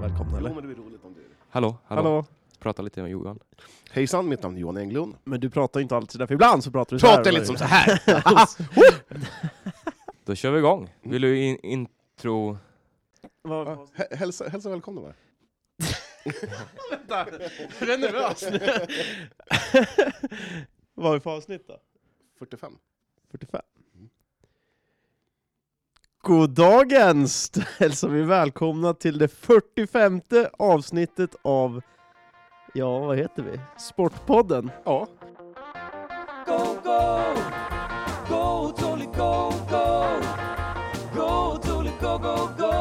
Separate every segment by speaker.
Speaker 1: Välkomna
Speaker 2: Jo,
Speaker 1: eller?
Speaker 2: men det blir roligt om du gör det.
Speaker 3: Hallå, hallå.
Speaker 1: Hallå!
Speaker 3: Prata lite med Johan.
Speaker 2: Hejsan, mitt namn är Johan Englund.
Speaker 1: Men du pratar ju inte alltid sådär, för ibland så pratar du så här.
Speaker 2: Prata lite som så här.
Speaker 3: Då kör vi igång.
Speaker 1: Mm.
Speaker 3: Vill du in, intro...
Speaker 1: Vad-
Speaker 2: Ja, hä- Hälsa, hälsa välkomna bara.
Speaker 1: Vänta, jag är nervös nu. Vad har vi för avsnitt då?
Speaker 2: 45.
Speaker 1: 45. God dagens! Då hälsar vi välkomna till det 45 avsnittet av, ja vad heter vi? Sportpodden.
Speaker 2: Ja.
Speaker 4: go go go totally go go go totally go go go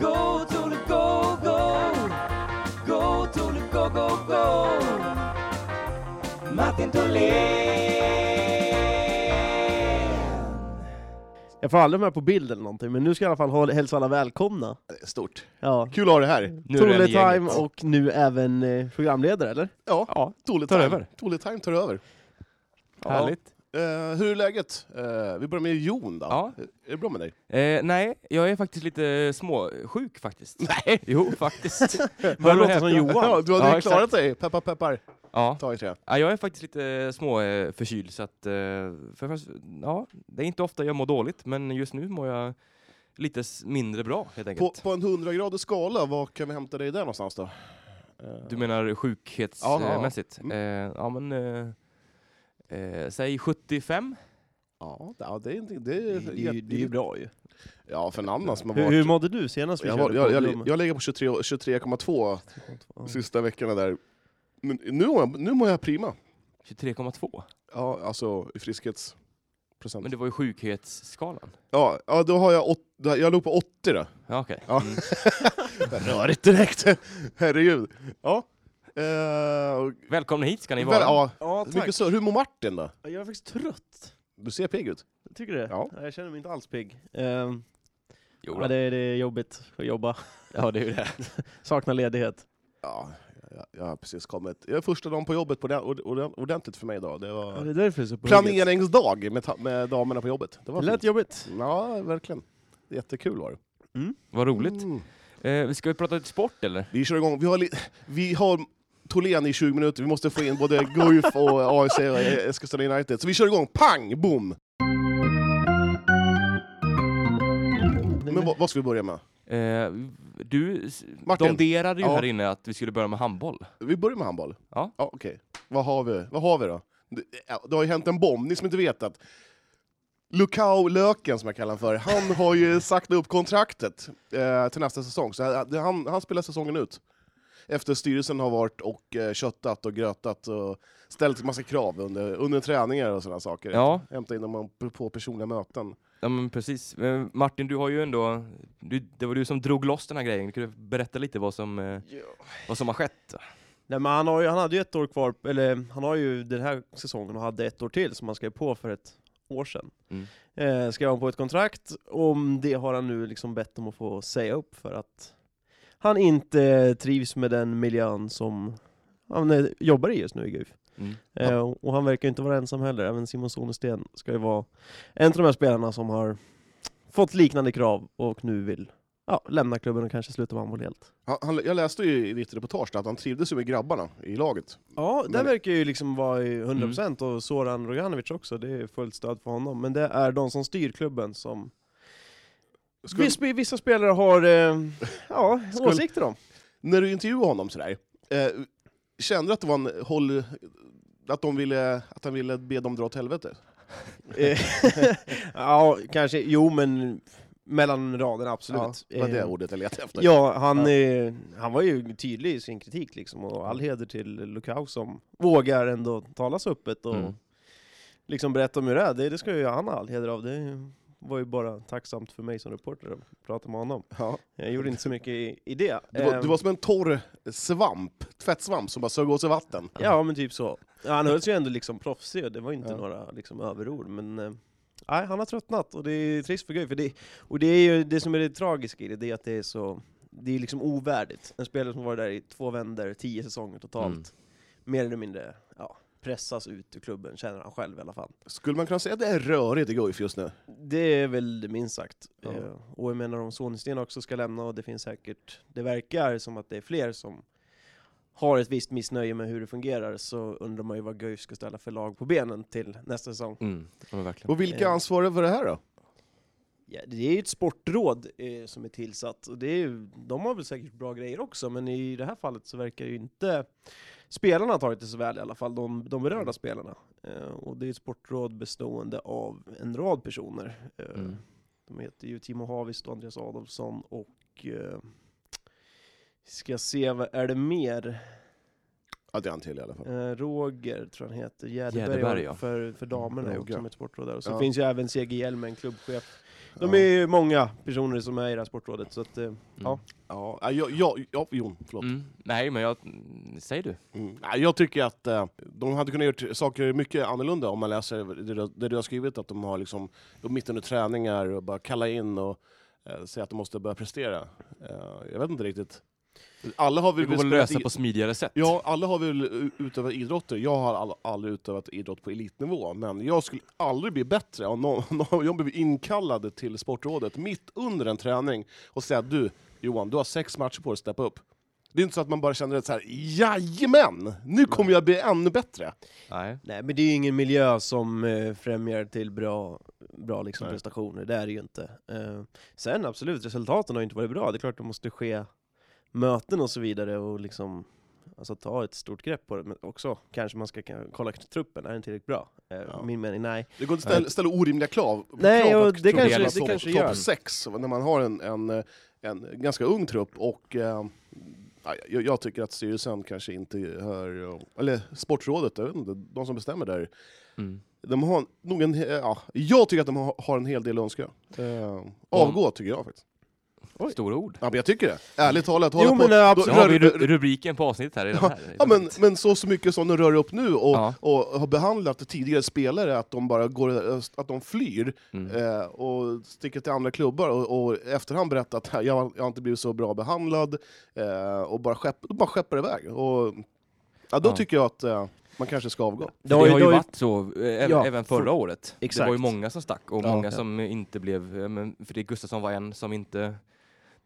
Speaker 4: go totally go go go totally go go go Martin Tholén
Speaker 1: Jag får aldrig med på bild eller någonting, men nu ska jag i alla fall ha- hälsa alla välkomna.
Speaker 2: Stort.
Speaker 1: Ja.
Speaker 2: Kul att ha dig här.
Speaker 3: Nu är det
Speaker 1: Tole
Speaker 3: en gänget.
Speaker 1: Time och nu även eh, programledare, eller?
Speaker 2: Ja,
Speaker 3: Ja,
Speaker 2: Tole
Speaker 3: tar
Speaker 2: Time.
Speaker 3: över.
Speaker 2: Tole Time tar över. Ja.
Speaker 3: härligt.
Speaker 2: Eh, hur är läget? Eh, vi börjar med Jon då.
Speaker 3: Ja.
Speaker 2: Är det bra med dig?
Speaker 3: Eh, nej, jag är faktiskt lite småsjuk faktiskt. Nej! Jo, faktiskt.
Speaker 1: Börjar
Speaker 3: Hör och
Speaker 1: låta som
Speaker 3: häpna.
Speaker 1: Johan.
Speaker 2: Ja, du hade ju
Speaker 3: Ja,
Speaker 2: klarat
Speaker 3: exakt.
Speaker 2: dig. Peppar peppar.
Speaker 3: Ja.
Speaker 2: Ta i trä.
Speaker 3: ja, jag är faktiskt lite småförkyld så att... eh, För först, ja, det är inte ofta jag mår dåligt, men just nu mår jag lite s- mindre bra helt
Speaker 2: På,
Speaker 3: enkelt.
Speaker 2: på en 100-gradig skala, var kan vi hämta dig där någonstans då? Eh,
Speaker 3: Du menar
Speaker 2: Ja, ja.
Speaker 3: sjukhetsmässigt?
Speaker 2: Mm.
Speaker 3: Eh, ja, men... Eh, eh, säg 75?
Speaker 2: Ja, det- ja, det är inte... Det är, jätte-
Speaker 1: bra ju.
Speaker 2: Ja, för en annan som har
Speaker 1: Hur,
Speaker 2: varit...
Speaker 1: hur mådde du senast vi
Speaker 2: jag,
Speaker 1: körde
Speaker 2: var, jag,
Speaker 1: på
Speaker 2: jag,
Speaker 1: Glömmen?
Speaker 2: jag ligger på 23 23,2
Speaker 1: Ja.
Speaker 2: sista veckorna där. Men nu, mår jag- nu mår jag prima.
Speaker 3: 23,2?
Speaker 2: Ja, alltså i friskhetsprocent.
Speaker 3: Men det var ju sjukhetsskalan.
Speaker 2: Ja, ja, då har jag, åt, då- jag låg på 80 då.
Speaker 3: Ja, okej.
Speaker 2: Ja.
Speaker 3: Mm.
Speaker 2: Rörigt direkt! Herregud. Ja. Eh, och-
Speaker 3: Välkomna hit ska ni
Speaker 2: väl,
Speaker 3: vara.
Speaker 2: ja,
Speaker 1: Ja, tack.
Speaker 2: mycket så. Hur mår Martin då?
Speaker 1: Jag är faktiskt trött.
Speaker 2: Du ser pigg ut.
Speaker 1: Tycker du det?
Speaker 2: Ja.
Speaker 1: Jag känner mig inte alls pigg. Ehm,
Speaker 3: Jo,
Speaker 1: ja,
Speaker 3: då.
Speaker 1: det, är, det är jobbigt att jobba.
Speaker 3: ja, det är ju det.
Speaker 1: Saknar ledighet.
Speaker 2: Ja, jag, jag har precis kommit. Jag är första dagen på jobbet på det, ord- ord- ordentligt för mig idag. Det
Speaker 1: Ja, det
Speaker 2: var
Speaker 1: är därför det är så på hugget.
Speaker 2: planeringsdag med, ta- med damerna på jobbet. Det
Speaker 1: Det
Speaker 2: var
Speaker 1: lät
Speaker 2: fint.
Speaker 1: jobbigt.
Speaker 2: Ja, verkligen. Jättekul var det.
Speaker 3: Vad roligt.
Speaker 2: Mm.
Speaker 3: Eh, ska vi prata lite sport eller?
Speaker 2: Vi kör igång. Vi har, li- vi har Tholén i 20 minuter, vi måste få in både Guif och AIC och Eskilstuna United. Så vi kör igång, pang, boom! Men vad, vad ska vi börja med?
Speaker 3: Eh, du s-
Speaker 2: Martin.
Speaker 3: donderade ju
Speaker 2: Ja.
Speaker 3: här inne att vi skulle börja med handboll.
Speaker 2: Vi börjar med handboll.
Speaker 3: Ja.
Speaker 2: ja Okej, vad har vi? Vad har vi då? Det, ja, det har ju hänt en bomb, ni som inte vet att Lukau Löken, som jag kallar honom för, han har ju sagt upp kontraktet eh, till nästa säsong. Så han, han, han spelar säsongen ut. Efter styrelsen har varit och eh, köttat och grötat och ställt massa krav under, under träningar och sådana saker.
Speaker 3: Ja,
Speaker 2: Hämta in dem på- på personliga möten.
Speaker 3: ja men precis. Eh, Martin, du har ju ändå... Du, det var du som drog loss den här grejen. Kan du berätta lite vad som, eh, vad som har skett?
Speaker 1: Nej, men han, har ju, han hade ju ett år kvar, eller han har ju den här säsongen och hade ett år till som han skrev på för ett år sedan.
Speaker 3: Mm.
Speaker 1: Eh, skrev han på ett kontrakt, om det har han nu liksom bett om att få säga upp för att han inte trivs med den miljön som han eh, jobbar i just nu i GUF.
Speaker 3: Mm.
Speaker 1: Eh, och han verkar ju inte vara ensam heller, även Simon Sonesten ska ju vara en av de här spelarna som har fått liknande krav och nu vill ja, lämna klubben och kanske sluta med handboll helt.
Speaker 2: Han, han, jag läste ju i ditt reportage att han trivdes ju med grabbarna i laget.
Speaker 1: Ja, det
Speaker 2: Men-
Speaker 1: verkar ju liksom vara i 100% och Zoran Roganovic också, det är fullt stöd för honom. Men det är de som styr klubben som
Speaker 2: Skulle-
Speaker 1: Vis- vissa spelare har eh, ja,
Speaker 2: Skulle-
Speaker 1: åsikter om.
Speaker 2: när du intervjuade honom sådär, eh, kände du att det var en håll... Att, de ville, att han ville be dem dra åt helvete?
Speaker 1: Eh, ja, kanske, jo men mellan raderna absolut.
Speaker 2: Ja, var det
Speaker 1: Eh,
Speaker 2: ordet jag letade efter?
Speaker 1: Ja, han, Eh, han var ju tydlig i sin kritik liksom, och
Speaker 2: Mm.
Speaker 1: all heder till Lukau som vågar ändå tala så öppet och
Speaker 3: Mm.
Speaker 1: liksom berätta om hur det är. Det, det ska ju han ha all heder av. Det är ju var ju bara tacksamt för mig som reporter att prata med honom.
Speaker 2: Ja.
Speaker 1: Jag gjorde inte så mycket i, i det.
Speaker 2: Du, var,
Speaker 1: Ehm,
Speaker 2: du var som en torr svamp, tvättsvamp som bara sög åt sig vatten.
Speaker 1: Ja men typ så. Ja, Han hölls ju ändå liksom proffsig och det var inte
Speaker 2: Ja.
Speaker 1: några liksom, överord men eh, nej, han har tröttnat och det är trist för Guif. För det, och det är ju det som är det tragiska i det, det är att det är så, det är liksom ovärdigt. En spelare som varit där i två vändor, tio säsonger totalt,
Speaker 3: Mm.
Speaker 1: mer eller mindre ja, pressas ut ur klubben, känner han själv i alla fall.
Speaker 2: Skulle man kunna säga att det är rörigt i Guif just nu?
Speaker 1: Det är väl det minst sagt.
Speaker 2: Ja.
Speaker 1: Eh, Och jag menar om Sonesten också ska lämna och det finns säkert, det verkar som att det är fler som har ett visst missnöje med hur det fungerar så undrar man ju vad Guif ska ställa för lag på benen till nästa säsong.
Speaker 3: Mm, ja, men verkligen.
Speaker 2: Och vilka
Speaker 1: Eh.
Speaker 2: ansvarar för det här då?
Speaker 1: Ja, det är ju ett sportråd eh, som är tillsatt och det är, ju- de har väl säkert bra grejer också men i det här fallet så verkar ju inte spelarna ha tagit det så väl i alla fall, de, de berörda spelarna. Eh, och det är ett sportråd bestående av en rad personer. Eh,
Speaker 3: Mm.
Speaker 1: De heter ju Timo Havist och Andreas Adolfsson och eh, ska se, vad är det mer?
Speaker 2: Ja, det är han till i alla fall.
Speaker 1: Eh, Roger tror jag han heter, Jäderberg,
Speaker 3: Jäderberg,
Speaker 1: var-
Speaker 3: ja.
Speaker 1: för, för damerna
Speaker 2: Roger.
Speaker 1: också som ett sportråd där. Och så
Speaker 2: Ja.
Speaker 1: finns ju även CG Hjelmen, klubbchef. De
Speaker 2: Ja.
Speaker 1: är ju många personer som är i det här sportrådet så att, eh, ja.
Speaker 2: Ja, ja, ja, ja, ja Jon, förlåt.
Speaker 3: Mm. Nej, men jag... mm, Säg du.
Speaker 2: Mm. Nej, Jag tycker att eh, de hade kunnat gjort saker mycket annorlunda om man läser det du- det du har skrivit, att de har liksom, de mitt under träningar och bara kalla in och eh, säga att de måste börja prestera. Eh, jag vet inte riktigt. Alla har
Speaker 3: Det
Speaker 2: väl
Speaker 3: går väl att
Speaker 2: spelat
Speaker 3: lösa
Speaker 2: i-
Speaker 3: på smidigare sätt?
Speaker 2: Ja, alla har väl u- utövat idrotter. Jag har all, aldrig utövat idrott på elitnivå, men jag skulle aldrig bli bättre om någon, någon, jag blev inkallad till Sportrådet mitt under en träning och säga du Johan, du har sex matcher på dig att steppa upp. Det är inte så att man bara känner att så här, jajamän, nu kommer jag bli ännu bättre.
Speaker 3: Nej.
Speaker 1: Nej men det är ju ingen miljö som eh, främjar till bra, bra liksom
Speaker 2: Nej.
Speaker 1: prestationer, det är det ju inte. Eh, sen absolut, resultaten har ju inte varit bra. Det är klart det måste ske möten och så vidare och liksom Alltså ta ett stort grepp på det, men också kanske man ska kan- kolla truppen, är den tillräckligt bra? Eh,
Speaker 2: Ja.
Speaker 1: Min mening, nej.
Speaker 2: Det går inte att ställa, ställa orimliga krav.
Speaker 1: Nej,
Speaker 2: krav på
Speaker 1: och
Speaker 2: att
Speaker 1: det
Speaker 2: klubben
Speaker 3: kanske-
Speaker 2: är
Speaker 3: det
Speaker 2: topp-
Speaker 1: kanske gör.
Speaker 2: Topp sex, när man har en, en, eh, en ganska ung trupp och eh, ja, jag, jag tycker att styrelsen kanske inte hör, eh, eller sportrådet, jag vet inte, de som bestämmer där,
Speaker 3: Mm.
Speaker 2: de har nog en, eh, ja, jag tycker att de har, har en hel del att önska. Eh, avgå tycker jag faktiskt.
Speaker 1: Oj.
Speaker 3: Stora ord.
Speaker 2: Ja, men jag tycker det. Ärligt talat.
Speaker 1: Jo, men, eh, absolut.
Speaker 3: Så
Speaker 2: då-
Speaker 3: har vi
Speaker 2: rör-
Speaker 3: ru- rubriken på avsnittet här redan. Här.
Speaker 2: Ja, men, men så, så mycket som de rör upp nu och,
Speaker 3: Ja.
Speaker 2: och har behandlat tidigare spelare, att de bara går, att de flyr
Speaker 3: Mm.
Speaker 2: eh, och sticker till andra klubbar och, och efterhand berättar att jag, har- jag har inte blivit så bra behandlad eh, och bara, skepp, bara skeppar iväg. Och, ja, då
Speaker 3: Ja.
Speaker 2: tycker jag att eh, man kanske ska avgå.
Speaker 3: Det har, ju varit så, eh, även-
Speaker 1: Ja,
Speaker 3: även förra
Speaker 1: för-
Speaker 3: året. Det
Speaker 1: exakt.
Speaker 3: var ju många som stack och
Speaker 2: Ja,
Speaker 3: många
Speaker 2: ja.
Speaker 3: som inte blev, eh, men Fredrik Gustafsson var en som inte,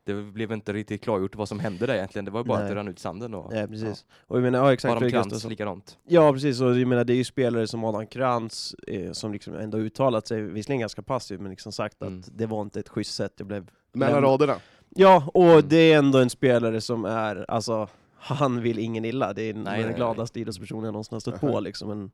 Speaker 3: det blev inte riktigt klargjort vad som hände där egentligen. Det var ju bara att
Speaker 1: Nej.
Speaker 3: det rann ut sanden och
Speaker 1: Nej, Eh, precis. Och jag menar, ja exakt.
Speaker 3: Adam
Speaker 1: Fredrik
Speaker 3: Krantz
Speaker 1: Gustafsson.
Speaker 3: likadant.
Speaker 1: Ja precis, och jag menar det är ju spelare som Adam Krantz eh, som liksom ändå uttalat sig, visserligen ganska passivt, men liksom sagt
Speaker 3: Mm.
Speaker 1: att det var inte ett schysst sätt jag blev...
Speaker 2: Mellan
Speaker 1: Men-
Speaker 2: raderna.
Speaker 1: Ja, och
Speaker 3: Mm.
Speaker 1: det är ändå en spelare som är, alltså, han vill ingen illa. Det är en
Speaker 3: Nej,
Speaker 1: av
Speaker 3: nej,
Speaker 1: den
Speaker 3: nej.
Speaker 1: gladaste idrottspersonen jag någonsin har stött på liksom. Men,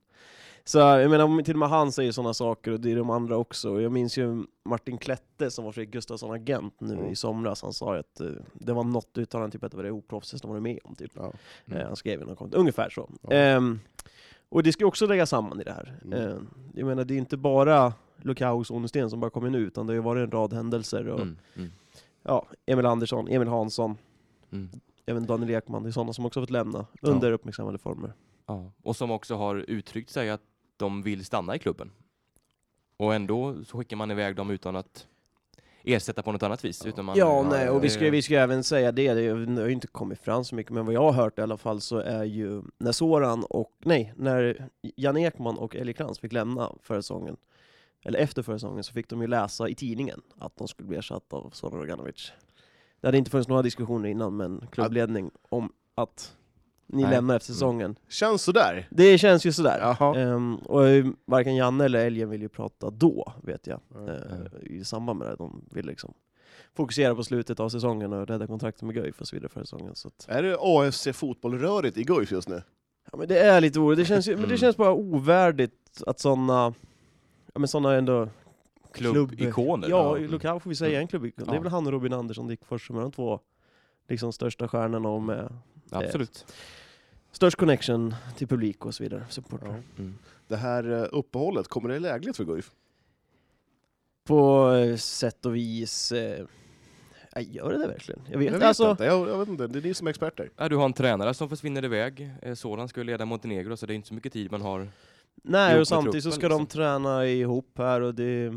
Speaker 1: så jag menar, om till och med han säger sådana saker, och det är de andra också. Och Jag minns ju Martin Klette som var Fredrik Gustafsson-agent nu
Speaker 2: Mm.
Speaker 1: i somras, han sa ju att eh, det var något uttalande, typ att det var det oproffsigaste de varit med om. Typ.
Speaker 2: Ja.
Speaker 3: Mm.
Speaker 1: Eh, han skrev i någon kommentar, ungefär så.
Speaker 2: Ja.
Speaker 1: Ehm, och det ska ju också läggas samman i det här.
Speaker 2: Mm.
Speaker 1: Ehm, jag menar, det är inte bara Lukau och Sonesten som bara kommer nu, utan det har ju varit en rad händelser. Och,
Speaker 3: Mm. Mm.
Speaker 1: ja, Emil Andersson, Emil Hansson,
Speaker 3: Mm.
Speaker 1: även Daniel Ekman, det är sådana som också fått lämna under uppmärksammade former.
Speaker 3: Ja. Och som också har uttryckt sig att de vill stanna i klubben. Och ändå så skickar man iväg dem utan att ersätta på något annat vis. Utan man, eh,
Speaker 1: ja, nej, och vi
Speaker 3: det-
Speaker 1: ska, vi ska även säga det, det har ju inte kommit fram så mycket, men vad jag har hört i alla fall så är ju när Soran och, nej, när Jan Ekman och Eli Krantz fick lämna förra säsongen, eller efter förra säsongen, så fick de ju läsa i tidningen att de skulle bli ersatta av Soran Roganovic. Det hade inte funnits några diskussioner innan, men klubbledning om att ni
Speaker 3: Nej. Mm.
Speaker 1: lämnar efter säsongen.
Speaker 2: Känns sådär.
Speaker 1: Det känns ju sådär.
Speaker 2: Jaha.
Speaker 1: Ehm, och eh, varken Janne eller Elgen vill ju prata då, vet jag.
Speaker 2: Ja.
Speaker 1: Eh, I samband med det, de vill liksom fokusera på slutet av säsongen och rädda kontraktet med Guif och så vidare för säsongen. Så att,
Speaker 2: Är det AFC fotbollröret i Guif just nu?
Speaker 1: ja, men det är lite oroligt, det känns, ju, men det
Speaker 3: Mm.
Speaker 1: känns bara ovärdigt att sådana, ja men sådana ändå,
Speaker 3: klubbikoner.
Speaker 1: ja,
Speaker 3: Mm.
Speaker 1: Lukau får vi säga
Speaker 3: Mm.
Speaker 1: en klubb, det
Speaker 3: Ja.
Speaker 1: är väl han och Robin Andersson Dickfors som är de två liksom största stjärnorna och med
Speaker 3: Absolut.
Speaker 1: störst connection till publik och så
Speaker 3: Mm.
Speaker 1: vidare, supportrar.
Speaker 2: Det här eh, uppehållet, kommer det lägligt för Guif?
Speaker 1: på eh, sätt och vis... Eh, jag gör det där verkligen? Jag vet,
Speaker 2: Jag vet,
Speaker 1: alltså,
Speaker 2: inte. Jag, jag vet inte, det är ni som är experter.
Speaker 3: Ja, du har en tränare som försvinner iväg. Eh, Soran ska ju leda Montenegro så det är inte så mycket tid man har.
Speaker 1: Nej,
Speaker 3: ihop
Speaker 1: och
Speaker 3: med
Speaker 1: samtidigt så ska
Speaker 3: truppen,
Speaker 1: de
Speaker 3: liksom.
Speaker 1: träna ihop här och det...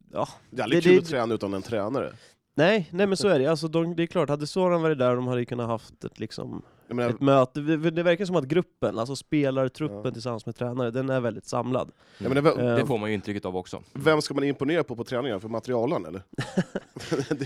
Speaker 2: Det är aldrig
Speaker 1: Det-
Speaker 2: kul
Speaker 1: det-
Speaker 2: att träna utan en tränare.
Speaker 1: Nej, nej men så är det. Alltså, de, det är klart, hade Soran varit där de hade ju kunnat haft ett, liksom,
Speaker 2: Jag menar,
Speaker 1: ett möte. Det, det verkar som att gruppen, alltså spelartruppen
Speaker 2: Ja.
Speaker 1: tillsammans med tränare, den är väldigt samlad.
Speaker 2: jag menar, vem,
Speaker 1: Eh,
Speaker 3: Det får man ju intrycket av också.
Speaker 2: vem ska man imponera på på träningen? För materialen eller?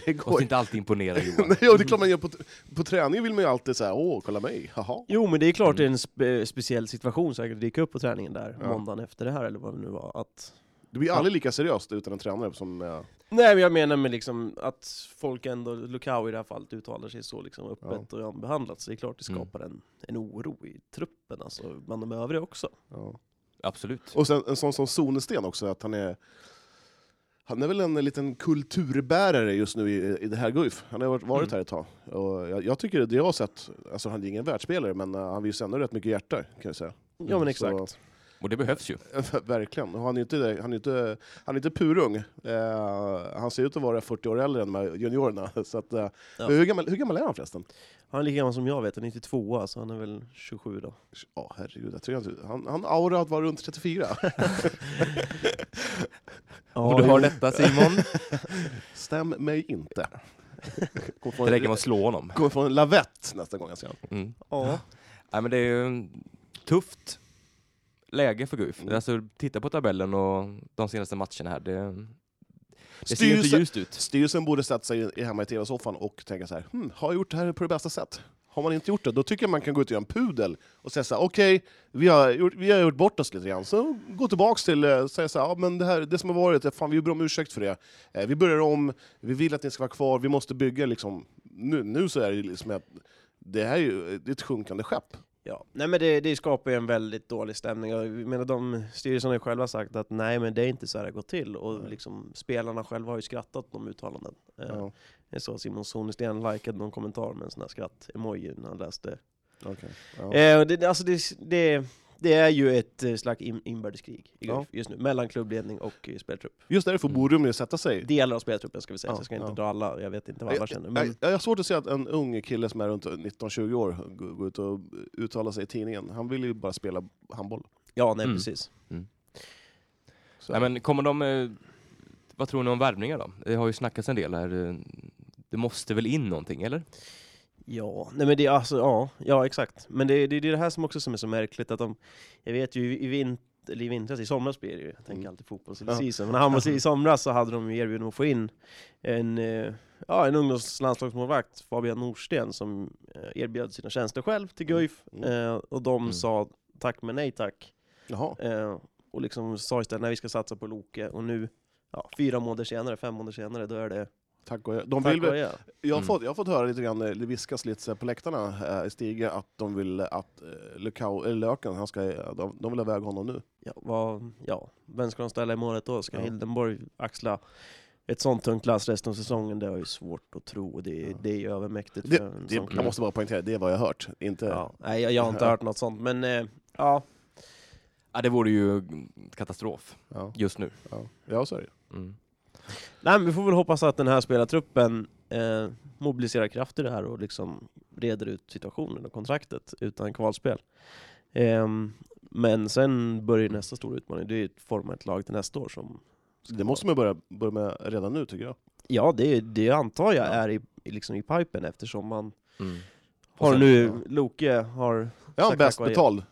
Speaker 2: det går
Speaker 3: Och
Speaker 2: ju...
Speaker 3: inte alltid imponera Johan.
Speaker 2: Nej, ja,
Speaker 1: Mm.
Speaker 2: det är klart man gör på, på träningen vill man ju alltid säga åh, kolla mig, haha.
Speaker 1: Jo men det är klart det är en spe speciell situation säkert att dyka upp på träningen där
Speaker 2: Ja.
Speaker 1: måndagen efter det här eller vad det nu var. Att...
Speaker 2: Det blir aldrig lika seriöst utan en tränare som... eh,
Speaker 1: Nej men jag menar med liksom att folk ändå, Lukau i det här fallet, uttalar sig så liksom öppet och anbehandlat. Så det är klart det
Speaker 3: Mm.
Speaker 1: skapar en, en oro i truppen, alltså bland de övriga också.
Speaker 2: ja.
Speaker 3: Absolut.
Speaker 2: Och sen en sån som Sonesten också, att han är... Han är väl en liten kulturbärare just nu i, i det här Guif. Han har varit, varit
Speaker 3: Mm.
Speaker 2: här ett tag. Och jag, jag tycker det jag har sett, alltså han är ingen världsspelare men eh, han visar ändå rätt mycket hjärta kan jag säga.
Speaker 1: Ja men exakt.
Speaker 2: Så, eh,
Speaker 3: Och det behövs ju.
Speaker 2: Verkligen. Och han är inte, han är inte, han är inte purung. Eh, han ser ut att vara 40 år äldre än de här juniorerna. Så att, eh,
Speaker 1: Ja.
Speaker 2: men hur, gammal, hur gammal är han förresten?
Speaker 1: Han är lika gammal som jag vet, han är 92 så han är väl 27 då.
Speaker 2: Ja, herregud. Jag tror inte, han, han aura att vara runt 34.
Speaker 1: Ja,
Speaker 3: Och du har
Speaker 1: jo.
Speaker 3: detta Simon.
Speaker 2: Stäm mig inte. Kommer få
Speaker 3: Det räcker
Speaker 2: en,
Speaker 3: med att slå honom.
Speaker 2: kommer få en lavett nästa gång jag ser honom.
Speaker 3: Mm.
Speaker 1: Ja.
Speaker 3: Nej, men det är ju tufft läge för Guif.
Speaker 2: Mm.
Speaker 3: Alltså, titta på tabellen och de senaste matcherna här. Det, det ser ju inte
Speaker 2: Styrelsen,
Speaker 3: ljust ut.
Speaker 2: styrelsen borde sätta sig i- hemma i tv-soffan och tänka så här, hm, har jag gjort det här på det bästa sätt? Har man inte gjort det, då tycker jag man kan gå ut och göra en pudel och säga så här, okej, vi, har gjort- vi har gjort bort oss lite grann, så gå tillbaks till, eh, säga så här, ja, men det, här, det som har varit, eh, fan vi ber om ursäkt för det. Eh, vi börjar om, vi vill att ni ska vara kvar, vi måste bygga liksom, nu, nu så är det ju liksom att det här är ju det är ett sjunkande skepp.
Speaker 1: Ja, nej men det, det skapar ju en väldigt dålig stämning. Jag menar, de styrelsen har ju själva sagt att nej men det är inte så här det går till. Och liksom, spelarna själva har ju skrattat åt de uttalanden. Eh,
Speaker 2: Ja.
Speaker 1: Jag såg att Simon Sonesten likade någon kommentar med en sån här skratt-emoji när han läste.
Speaker 2: Okay. Ja.
Speaker 1: Eh, och det, alltså det, det, det är ju ett eh, slags in, inbördeskrig i
Speaker 2: Ja.
Speaker 1: Guif just nu, mellan klubbledning och eh, speltrupp.
Speaker 2: Just därför borde de ju sätta sig
Speaker 1: Delar av speltruppen ska vi säga,
Speaker 2: Ja,
Speaker 1: så jag ska inte
Speaker 2: ja.
Speaker 1: dra alla, jag vet inte vad alla känner.
Speaker 2: Jag,
Speaker 1: Men,
Speaker 2: jag, jag har svårt att se att en ung kille som är runt 19-20 år går går ut och uttalar sig i tidningen. Han vill ju bara spela handboll.
Speaker 1: ja, nej
Speaker 3: Mm.
Speaker 1: precis.
Speaker 2: Så.
Speaker 3: Nej, men kommer de... eh, Vad tror ni om värvningar då? Det har ju snackats en del här. eh, Det måste väl in någonting, eller?
Speaker 1: Ja, nej men det är alltså, ja, ja exakt. Men det, det, det är det här som också som är så märkligt att de, jag vet ju i, i vinter, eller i vintras, i somras blir det ju, jag tänker
Speaker 2: Mm.
Speaker 1: alltid fotboll
Speaker 2: Ja.
Speaker 1: season, men när Hammar i somras så hade de ju erbjudande att få in en, eh, ja, en ungdomslandslagsmålvakt, Fabian Norsten, som eh, erbjöd sina tjänster själv till
Speaker 2: Mm.
Speaker 1: Guif, eh, och de
Speaker 3: Mm.
Speaker 1: sa tack men nej tack,
Speaker 2: Jaha.
Speaker 1: eh, och liksom sa istället nej vi ska satsa på Loke, och nu, ja, fyra månader senare, fem månader senare, då är det
Speaker 2: Tack och, de
Speaker 1: tack
Speaker 2: vill,
Speaker 1: och
Speaker 2: väl-
Speaker 1: adjö.
Speaker 2: jag, har
Speaker 3: Mm.
Speaker 2: fått, jag har fått höra lite grann, eh, det viskas lite så här på läktarna eh, i Stige, att de vill att eh, Lukau, eller Löken, han ska, eh, de, de vill ha iväg honom nu.
Speaker 1: ja, vad, ja, vem ska de ställa i målet då? Ska
Speaker 2: Ja.
Speaker 1: Hildenborg axla ett sånt tungt lass resten av säsongen? Det är ju svårt att tro. och Det är,
Speaker 2: Ja.
Speaker 1: det är ju övermäktigt.
Speaker 2: Det,
Speaker 1: för en
Speaker 2: det,
Speaker 1: sån
Speaker 2: jag
Speaker 1: kille.
Speaker 2: måste bara poängtera, det är vad jag har hört. Inte,
Speaker 1: ja. Nej, jag, jag har inte hört något sånt, men eh, ja.
Speaker 3: Ja, det vore ju mm, katastrof
Speaker 2: ja,
Speaker 3: just nu.
Speaker 2: ja. ja så är det ju.
Speaker 3: Mm.
Speaker 1: Nej, men vi får väl hoppas att den här spelartruppen eh, mobiliserar kraft i det här och liksom reder ut situationen och kontraktet utan kvalspel. Ehm, men sen börjar ju nästa stora utmaning. Det är ju att forma ett lag till nästa år som
Speaker 2: Det måste man börja, börja med redan nu tycker jag.
Speaker 1: Ja, det, det antar jag
Speaker 2: Ja.
Speaker 1: är i, i liksom i pipen eftersom man
Speaker 3: Mm. Och
Speaker 1: har
Speaker 3: sen-
Speaker 1: nu,
Speaker 2: ja.
Speaker 1: Loke har,
Speaker 2: Är han
Speaker 1: Tack,
Speaker 2: bäst
Speaker 1: tack och adjö.
Speaker 2: betald?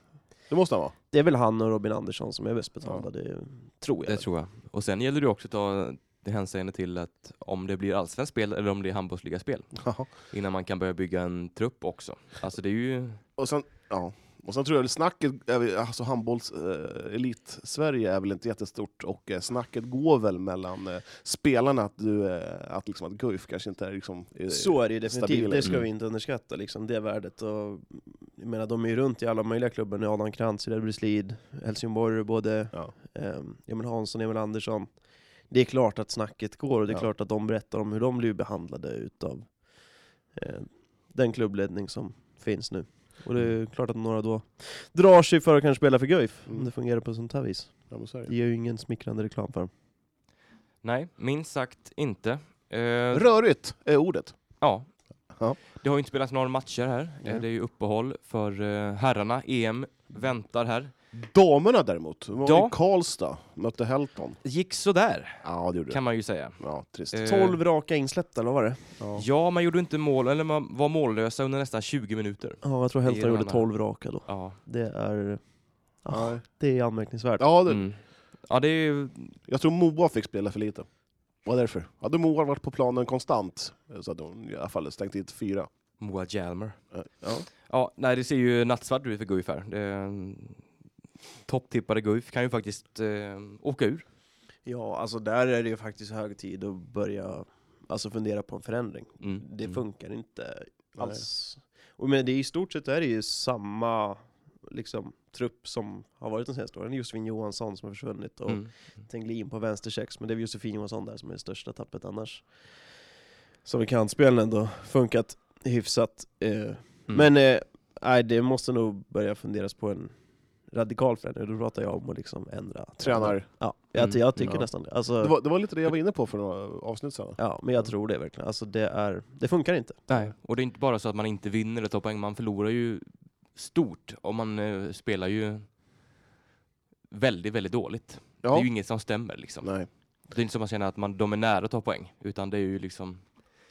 Speaker 2: Det måste han vara.
Speaker 1: det är väl han och Robin Andersson som är bäst betalda, det tror jag.
Speaker 3: Det tror jag. Och sen gäller det också att ta det hänseende till att om det blir allsvenskt spel eller om det är handbollsligaspel
Speaker 2: Jaha.
Speaker 3: innan man kan börja bygga en trupp också. Alltså det är ju...
Speaker 2: Och sen, ja. och sen tror jag väl snacket, är väl- alltså handbolls eh, elit Sverige är väl inte jättestort och eh, snacket går väl mellan eh, spelarna att, du, eh, att, liksom, att Guif kanske inte är liksom... Eh,
Speaker 1: Så är det ju definitivt,
Speaker 2: Stabila.
Speaker 1: det ska
Speaker 3: Mm.
Speaker 1: vi inte underskatta liksom, det värdet. Och, jag menar, de är ju runt i alla möjliga klubbar nu, Adam Krantz i Rödbyslid, Helsingborg, både
Speaker 2: Ja.
Speaker 1: ehm, Emil Hansson och Emil Andersson. Det är klart att snacket går och det är
Speaker 2: Ja.
Speaker 1: klart att de berättar om hur de blir behandlade utav eh, den klubbledning som finns nu. Och det
Speaker 3: Mm.
Speaker 1: är klart att några då drar sig för att kanske spela för Guif, om
Speaker 2: Mm.
Speaker 1: det fungerar på sånt här vis.
Speaker 2: Ja, men så är det.
Speaker 1: Det är ju ingen smickrande reklam för dem.
Speaker 3: Nej, minst sagt inte. Eh,
Speaker 2: Rörigt är ordet.
Speaker 3: ja.
Speaker 2: Ja.
Speaker 3: Det har ju inte spelats några matcher här.
Speaker 2: Nej.
Speaker 3: Eh, det är ju uppehåll för eh, herrarna. EM väntar här.
Speaker 2: Damerna däremot, var
Speaker 3: Ja.
Speaker 2: i Karlstad, mötte Helton.
Speaker 3: Gick sådär,
Speaker 2: Ja, det gjorde
Speaker 3: kan man ju säga.
Speaker 2: det. Ja, trist.
Speaker 3: Eh,
Speaker 1: 12 raka insläppta, eller vad var det?
Speaker 2: Ja.
Speaker 3: Ja, man gjorde inte mål, eller man var mållösa under nästan 20 minuter.
Speaker 1: Ja, jag tror
Speaker 3: Det är
Speaker 1: Helton
Speaker 3: de
Speaker 1: gjorde
Speaker 3: andra.
Speaker 1: 12 raka då.
Speaker 3: Ja,
Speaker 1: Det är... Ja,
Speaker 2: Nej.
Speaker 1: det är anmärkningsvärt.
Speaker 2: Ja, det,
Speaker 3: mm. ja det är ju...
Speaker 2: Jag tror Moa fick spela för lite. Vad är därför? Hade Moa varit på planen konstant eh, så hade hon i alla fall stängt dit fyra.
Speaker 3: Moa Jalmer.
Speaker 2: Eh, Ja.
Speaker 3: Ja, nej, det ser ju nattsvart ut för Guif här. Det är en- Topptippade Guif kan ju faktiskt eh, åka ur.
Speaker 1: Ja, alltså där är det ju faktiskt hög tid att börja alltså, fundera på en förändring.
Speaker 3: Mm.
Speaker 1: Det
Speaker 3: Mm.
Speaker 1: funkar inte
Speaker 2: Nej.
Speaker 1: alls. Och men det är i stort sett är det ju samma liksom, trupp som har varit de senaste åren. Josefin Johansson som har försvunnit och
Speaker 3: Mm.
Speaker 1: Tenglin på vänstersex, men det är väl Josefin Johansson där som är det största tappet annars. Som i kantspelen ändå funkat hyfsat. Eh,
Speaker 2: Mm.
Speaker 3: Mm.
Speaker 1: Men eh, nej, det måste nog börja funderas på en radikal förändring. Då pratar jag om att liksom ändra.
Speaker 2: Tränar.
Speaker 1: Ja, jag,
Speaker 3: Mm.
Speaker 1: jag tycker
Speaker 2: Ja.
Speaker 1: nästan det. Alltså,
Speaker 2: Det var, det var lite det jag var inne på för några avsnitt sedan.
Speaker 1: Ja, men jag tror det verkligen. Alltså det, är, det funkar inte.
Speaker 3: Nej, och det är inte bara så att man inte vinner eller tar poäng, man förlorar ju stort och man eh, spelar ju väldigt, väldigt dåligt. Det är
Speaker 2: Ja.
Speaker 3: ju inget som stämmer liksom.
Speaker 2: Nej.
Speaker 3: Det är inte som man känner att man, de är nära att ta poäng, utan det är ju liksom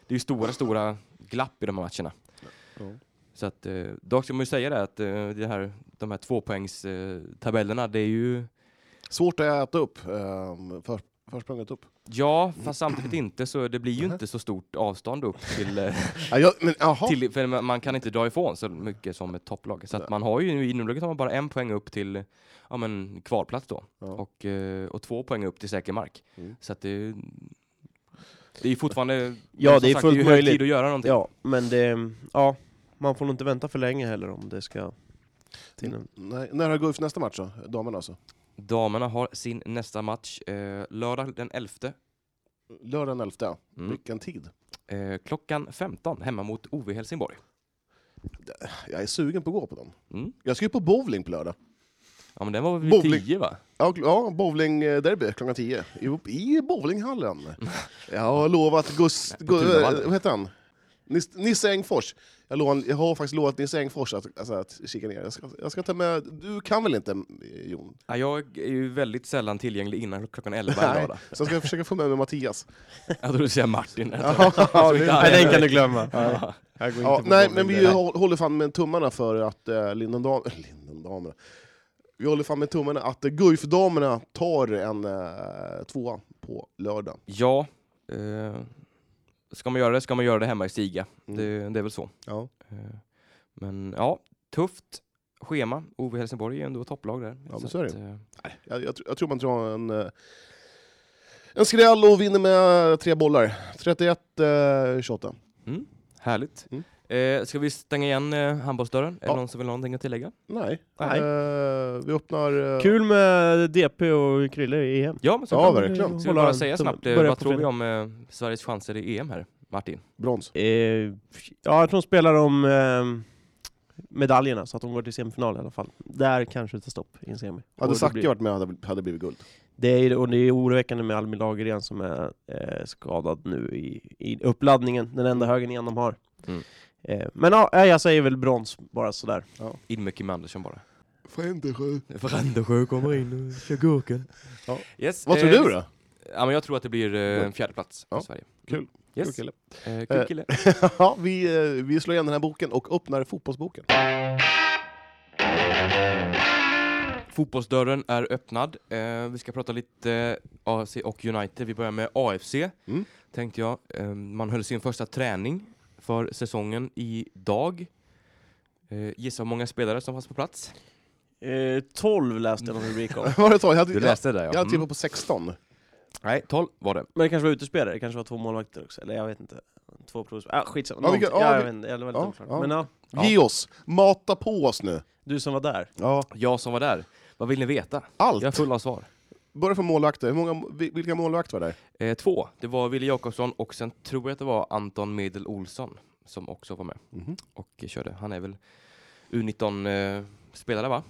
Speaker 3: det är ju stora, stora glapp i de här matcherna.
Speaker 2: Ja.
Speaker 3: Så att, eh, dock ska man ju säga det att eh, det här, de här tvåpoängstabellerna, eh, tabellerna, det är ju,
Speaker 2: Svårt att äta upp. ehm, För, försprånget upp.
Speaker 3: ja, fast samtidigt inte, så det blir ju
Speaker 2: Mhm.
Speaker 3: inte så stort avstånd upp till, eh,
Speaker 2: Ja, jag, men, aha.
Speaker 3: till för man- man kan inte dra ifrån så mycket som ett topplag. Så att man har ju, i nuläget har man bara en poäng upp till, ja men kvalplats då,
Speaker 2: Ja.
Speaker 3: och, eh, och två poäng upp till säker mark.
Speaker 2: Mm.
Speaker 3: Så att det, det är fortfarande,
Speaker 1: Ja,
Speaker 3: som
Speaker 1: det är
Speaker 3: sagt,
Speaker 1: fullt
Speaker 3: ju hög
Speaker 1: möjligt.
Speaker 3: tid att göra någonting.
Speaker 1: Ja, men det, ja, man får nog inte vänta för länge heller om det ska till en...
Speaker 2: Nej, när har Guif nästa match då? Damerna alltså?
Speaker 3: Damerna har sin nästa match eh, lördag den 11.
Speaker 2: Lördag den 11.
Speaker 3: Mm.
Speaker 2: Vilken tid?
Speaker 3: Eh, klockan 15 hemma mot OV Helsingborg.
Speaker 2: Jag är sugen på att gå på dem.
Speaker 3: Mm.
Speaker 2: Jag ska ju på bowling på lördag.
Speaker 3: Ja men den var väl
Speaker 2: Bowling.
Speaker 3: vid 10 va?
Speaker 2: Ja, kl- ja bowlingderby klockan 10 i, i bowlinghallen. Jag har lovat Gust...
Speaker 3: På
Speaker 2: Gu,
Speaker 3: Tunavallen.
Speaker 2: eh, vad heter han? Nis- Nisse Engfors. Jag, lovar, jag har faktiskt lovat Nisse Engfors att, alltså, att kika ner. Jag ska, jag ska ta med... Du kan väl inte, eh, Jon?
Speaker 3: Ja, jag är ju väldigt sällan tillgänglig innan klockan 11 en
Speaker 2: Nej.
Speaker 3: lördag.
Speaker 2: Så jag ska försöka få med mig Mattias.
Speaker 3: Jag trodde du säger Martin.
Speaker 2: Ja, det-
Speaker 3: Nej, den kan
Speaker 1: du glömma.
Speaker 3: Ja.
Speaker 2: ja, nej, men vi hå- håller fan med tummarna för att eh, Lindendam... Lindendamerna. Vi håller fan med tummarna att eh, Guif-damerna tar en eh, tvåa på lördag.
Speaker 3: ja eh, ska man göra det ska man göra det hemma i Stiga.
Speaker 2: Mm.
Speaker 3: Det, det är väl så.
Speaker 2: Ja.
Speaker 3: Eh, men ja, tufft schema. OV Helsingborg är ju ändå topplag där.
Speaker 2: men
Speaker 3: Så
Speaker 2: så är det.
Speaker 3: att, eh,
Speaker 2: Jag, jag, tr- jag tror man drar en, eh, en skräll och vinner med eh, tre bollar. eh, 31-28.
Speaker 3: härligt.
Speaker 2: Mm.
Speaker 3: Eh, ska vi stänga igen eh, handbollsdörren? Är
Speaker 2: Ja.
Speaker 3: det någon som vill ha någonting att tillägga?
Speaker 2: Nej.
Speaker 1: Nej.
Speaker 2: Eh, vi öppnar... eh,
Speaker 1: Kul med DP och Krille i EM.
Speaker 3: Ja, men så
Speaker 2: Ja, verkligen.
Speaker 3: Ska vi bara säga snabbt, eh,
Speaker 1: Börja
Speaker 3: vad
Speaker 1: på
Speaker 3: tror vi
Speaker 1: fredag.
Speaker 3: om eh, Sveriges chanser i EM här, Martin?
Speaker 2: Brons.
Speaker 1: Eh, ja, jag tror de spelar om eh, medaljerna så att de går till semifinal i alla fall. Där kanske det tar stopp i en semi. Och
Speaker 2: Hade
Speaker 1: då
Speaker 2: Zacke
Speaker 1: blir,
Speaker 2: varit med hade det hade blivit guld.
Speaker 1: det, är, och det är oroväckande med Albin Lagergren som är eh, skadad nu i, i uppladdningen, den enda högen igen de har.
Speaker 3: Mm.
Speaker 1: Eh, men ja, nej, jag säger väl brons bara sådär.
Speaker 3: In med Kim Andersson bara.
Speaker 2: Frändesjö.
Speaker 3: Vrandesjö kommer in och kör gurken.
Speaker 2: Ja.
Speaker 3: Yes,
Speaker 2: Vad tror
Speaker 3: eh,
Speaker 2: du då?
Speaker 3: Ja, men jag tror att det blir eh, en fjärde plats
Speaker 2: Ja.
Speaker 3: för Sverige.
Speaker 2: Kul.
Speaker 3: Mm. Yes.
Speaker 2: Kul kille.
Speaker 3: Eh, kul
Speaker 2: Eh,
Speaker 3: kille.
Speaker 2: ja, vi, eh, vi slår igen den här boken och öppnar fotbollsboken.
Speaker 3: Fotbollsdörren är öppnad. Eh, vi ska prata lite AC och United. Vi börjar med AFC,
Speaker 2: Mm.
Speaker 3: tänkte jag. Eh, man höll sin första träning för säsongen idag. Eh, gissa hur många spelare som fanns på plats?
Speaker 1: Eh, 12 läste jag någon rubrik om.
Speaker 2: Var det så? Jag hade,
Speaker 3: Du
Speaker 2: jag,
Speaker 3: läste det där ja.
Speaker 2: jag hade
Speaker 3: Mm.
Speaker 2: tippat på 16.
Speaker 3: Nej, 12 var det.
Speaker 1: Men det kanske var utespelare, det kanske var två målvakter också, eller jag vet inte. Två provspelare, ah, skitsamma.
Speaker 2: Ja, vi kan-
Speaker 1: Någonting. ja,
Speaker 2: ja,
Speaker 1: jag
Speaker 2: vi-
Speaker 1: vet inte, det var
Speaker 2: ja,
Speaker 1: lite oklart.
Speaker 2: ja.
Speaker 1: Men ja,
Speaker 3: Ja.
Speaker 2: Ge oss! Mata på oss nu!
Speaker 1: du som var där.
Speaker 2: Ja.
Speaker 3: Jag som var där. Vad vill ni veta?
Speaker 2: Allt!
Speaker 3: Jag är full av svar.
Speaker 2: Börja från målvakter. Hur många, vi- vilka målvakter var där?
Speaker 3: Eh, två, det var Wille Jakobsson och sen tror jag att det var Anton Medel Olsson som också var med
Speaker 2: Mhm.
Speaker 3: och körde. Han är väl U19-spelare eh, va?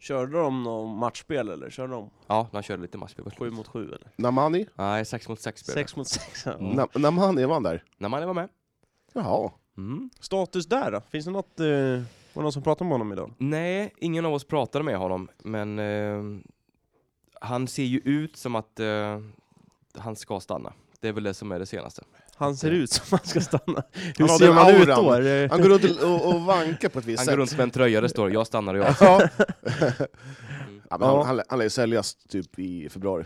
Speaker 1: Körde de någon matchspel eller? Körde de
Speaker 3: Ja, de körde lite matchspel. på
Speaker 1: sju
Speaker 3: slutet.
Speaker 1: mot sju eller?
Speaker 2: Namani?
Speaker 3: Nej, sex mot sex blev det.
Speaker 1: Sex mot sex. ja.
Speaker 3: Mm.
Speaker 2: Na- Namani vann där.
Speaker 3: När man var med.
Speaker 2: Jaha.
Speaker 3: Mm.
Speaker 1: Status där då? Finns det något, eh, var det någon som pratade om honom idag?
Speaker 3: Nej, ingen av oss pratade med honom, men eh, han ser ju ut som att eh, han ska stanna. Det är väl det som är det senaste.
Speaker 1: Han ser ut som han ska stanna. Hur
Speaker 2: har
Speaker 1: ser
Speaker 2: den
Speaker 1: man ut
Speaker 2: auran.
Speaker 1: då? Är det-
Speaker 2: Han går runt och, och vankar på ett visst
Speaker 3: Han
Speaker 2: sätt.
Speaker 3: går runt med en tröja det står ”Jag stannar och jag”.
Speaker 2: Ja. ja, men
Speaker 1: Ja.
Speaker 2: han, han, lär- han lär ju säljas typ i februari.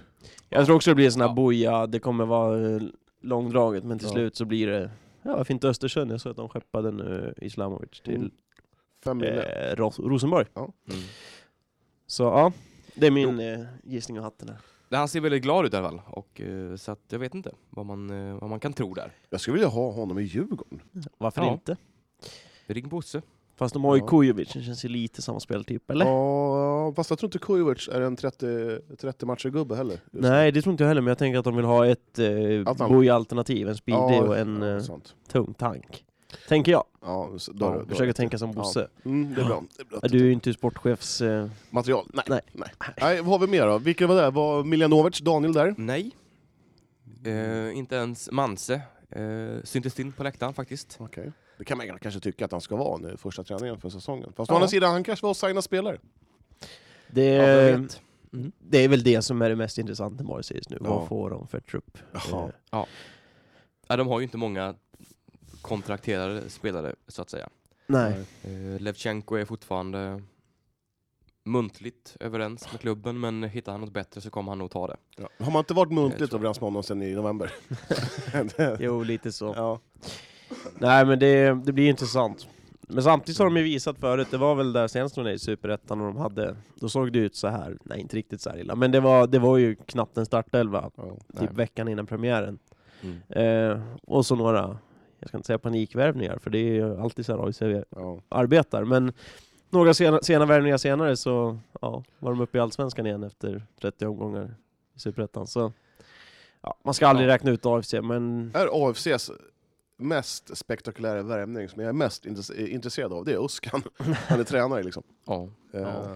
Speaker 1: Jag tror också det blir en sån här
Speaker 3: Ja.
Speaker 1: boja, det kommer vara eh, långdraget men till
Speaker 2: Ja.
Speaker 1: slut så blir det Ja, varför inte Östersund? Jag såg att de skeppade nu Islamovic till
Speaker 2: Mm. Fem miljoner.
Speaker 1: eh, Ros- Rosenborg.
Speaker 3: Mm.
Speaker 1: Så ja, det är min eh, gissning av hatten här.
Speaker 3: Han ser väldigt glad ut i alla fall, och, eh, så att jag vet inte vad man, eh, vad man kan tro där.
Speaker 2: Jag skulle vilja ha honom i Djurgården.
Speaker 1: Varför
Speaker 3: Ja.
Speaker 1: inte?
Speaker 3: Ring Bosse.
Speaker 1: Fast de har ju
Speaker 2: Ja.
Speaker 1: Kujovic, det känns ju lite samma speltyp, eller?
Speaker 2: Ja, fast jag tror inte Kujovic är en 30, 30 matcher gubbe heller. just nu.
Speaker 1: Nej, det tror inte jag heller, men jag tänker att de vill ha ett
Speaker 2: Att
Speaker 1: eh,
Speaker 2: man-
Speaker 1: boja-alternativ, en speedy
Speaker 2: Ja,
Speaker 1: och en
Speaker 2: ja,
Speaker 1: eh,
Speaker 2: sånt.
Speaker 1: tung tank. Tänker jag.
Speaker 2: Ja, så- då,
Speaker 1: Ja,
Speaker 2: har du- då,
Speaker 1: försöker tänka som Bosse.
Speaker 2: mm, det är bra. Det är bra.
Speaker 1: Ja. Du är ju inte sportchefs... Eh,
Speaker 2: Material? Nej.
Speaker 1: Nej.
Speaker 2: Nej. Nej. vad har vi mer då? Vilka var det? Var Miljanovic, Daniel där?
Speaker 3: Nej. Eh, inte ens Manse eh, syntes in på läktaren faktiskt.
Speaker 2: Okej. Det kan man kanske tycka att han ska vara nu, första träningen för säsongen. Fast
Speaker 3: Ja.
Speaker 2: å andra sidan, han kanske var och signade spelare.
Speaker 1: det,
Speaker 3: Ja, vem vet?
Speaker 1: det är väl det som är det mest intressanta med AIK just nu.
Speaker 2: Ja.
Speaker 1: Vad får de för trupp?
Speaker 2: Jaha.
Speaker 1: Eh,
Speaker 3: Ja, de har ju inte många kontrakterade spelare, så att säga.
Speaker 1: nej.
Speaker 3: Eh, Levchenko är fortfarande muntligt överens med klubben, men hittar han något bättre så kommer han nog ta det.
Speaker 2: Ja. Har man inte varit
Speaker 3: Jag
Speaker 2: muntligt
Speaker 3: tror-
Speaker 2: överens med honom sedan i november?
Speaker 1: Jo, lite så.
Speaker 2: ja.
Speaker 1: Nej, men det, det blir intressant. Men samtidigt har de ju visat förut, det var väl där senast de var i Superettan och de hade, då såg det ut så här, nej inte riktigt så här illa, men det var, det var ju knappt en startelva,
Speaker 2: Ja.
Speaker 1: typ veckan innan premiären.
Speaker 3: Mm.
Speaker 1: Eh, och så några, jag ska inte säga panikvärvningar, för det är ju alltid så här AIC
Speaker 2: Ja.
Speaker 1: arbetar, men några sena, sena värvningar senare så ja, var de uppe i Allsvenskan igen efter 30 omgångar i Superettan. Så ja, man ska aldrig
Speaker 3: Ja.
Speaker 1: räkna ut AFC, men
Speaker 2: Är AFCs mest spektakulära värvning, som jag är mest intresse- eh, intresserad av, det är Uskan. Han är tränare liksom.
Speaker 3: Ja.
Speaker 2: Eh,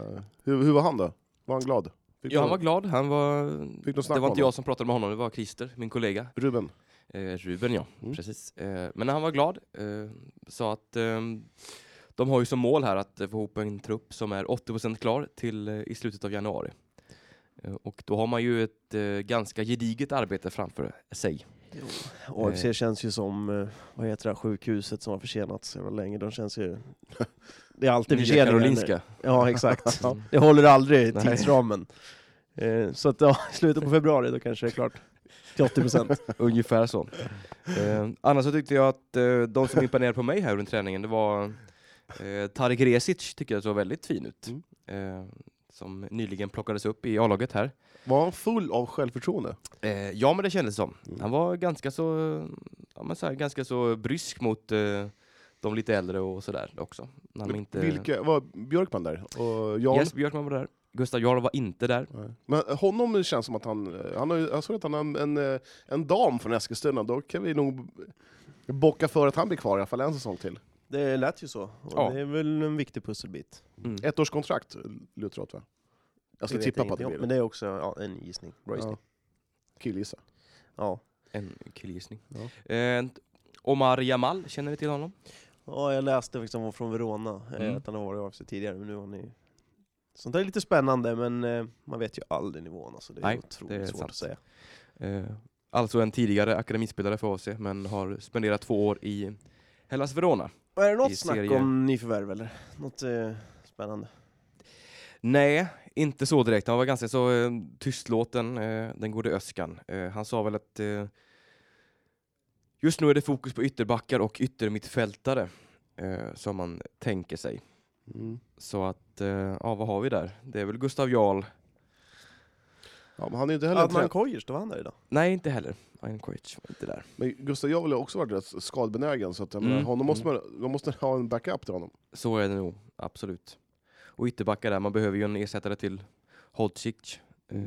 Speaker 2: hur, hur var han då? Var han glad? Fick
Speaker 3: ja, han
Speaker 2: du-
Speaker 3: var glad. Han var...
Speaker 2: Fick de snack
Speaker 3: Det
Speaker 2: med
Speaker 3: var inte
Speaker 2: honom?
Speaker 3: jag som pratade med honom, det var Christer, min kollega.
Speaker 2: Ruben?
Speaker 3: Eh, Ruben ja,
Speaker 2: Mm.
Speaker 3: precis. Eh, men han var glad. Eh, sa att ehm, de har ju som mål här att eh, få ihop en trupp som är 80% klar till eh, i slutet av januari. Eh, och då har man ju ett eh, ganska gediget arbete framför sig.
Speaker 1: AFC känns ju som, eh, vad heter det, här sjukhuset som har försenats så jävla länge. De känns ju... Det är alltid
Speaker 3: Nya
Speaker 1: förseningar.
Speaker 3: Karolinska.
Speaker 1: Ja, exakt.
Speaker 3: Mm.
Speaker 1: Det håller aldrig
Speaker 3: Nej.
Speaker 1: tidsramen. Eh, Så att ja, i slutet på februari då kanske det är klart. Till 80 procent.
Speaker 3: Ungefär så. Eh, annars så tyckte jag att eh, de som imponerade på mig här under träningen, det var eh, Tarik Resic tyckte jag såg väldigt fin ut.
Speaker 2: Mm.
Speaker 3: Eh, som nyligen plockades upp i A-laget här.
Speaker 2: Var han full av självförtroende?
Speaker 3: Eh, ja, men det kändes som.
Speaker 2: Mm.
Speaker 3: Han var ganska så, ja, men så här, ganska så brysk mot eh, de lite äldre och sådär också. Han inte...
Speaker 2: Vilka, var Björkman där? Och Jarl?
Speaker 3: Jesper Björkman var där. Gustav Jarl var inte där.
Speaker 2: Nej. Men eh, honom känns som att han, eh, han har, ju- jag såg att han har en, en, eh, en dam från Eskilstuna, då kan vi nog bocka för att han blir kvar i alla fall en säsong till.
Speaker 1: Det lät ju så. Och
Speaker 3: Ja.
Speaker 1: Det är väl en viktig pusselbit.
Speaker 3: Mm.
Speaker 2: Ett års kontrakt lutar åt va? Jag skulle
Speaker 1: vet
Speaker 2: tippa på att
Speaker 1: ingenting
Speaker 2: det
Speaker 1: om,
Speaker 2: blir
Speaker 1: Men
Speaker 2: det.
Speaker 1: det är också ja, en gissning. Bra gissning.
Speaker 2: Ja. Killgissa.
Speaker 1: Ja.
Speaker 3: En killgissning.
Speaker 2: Ja.
Speaker 3: Eh, Omar Jamal, känner vi till honom?
Speaker 1: Ja, jag läste faktiskt att han var från Verona, eh,
Speaker 3: Mm.
Speaker 1: att han har varit i AFC tidigare, men nu har han ju... Sånt där är lite spännande, men eh, man vet ju aldrig nivån alltså. Det är
Speaker 3: Nej,
Speaker 1: otroligt
Speaker 3: det är
Speaker 1: svårt
Speaker 3: sant.
Speaker 1: att säga.
Speaker 3: Eh, alltså en tidigare akademispelare för AFC, men har spenderat två år i Hellas Verona.
Speaker 1: Och är det
Speaker 3: I
Speaker 1: något snack
Speaker 3: serie.
Speaker 1: om nyförvärv eller? Något eh, spännande?
Speaker 3: Nej, inte så direkt. Han var ganska så eh, tystlåten, eh, den gode Öskan. Eh, han sa väl att eh, just nu är det fokus på ytterbackar och yttermittfältare eh, som man tänker sig.
Speaker 2: Mm.
Speaker 3: Så att, eh, ja vad har vi där? Det är väl Gustav Jarl?
Speaker 2: Ja, men han är inte heller en
Speaker 1: Adnan
Speaker 2: trän-
Speaker 1: Kojic, då var han där idag.
Speaker 3: Nej, inte heller. Ankovic, inte där.
Speaker 2: Men Gustav Javel har också varit rätt skadbenägen, så att, jag
Speaker 3: Mm.
Speaker 2: menar, honom måste man, de måste ha en backup till honom.
Speaker 3: Så är det nog, absolut. Och ytterbackar där, man behöver ju en ersättare till Hodzic. Eh,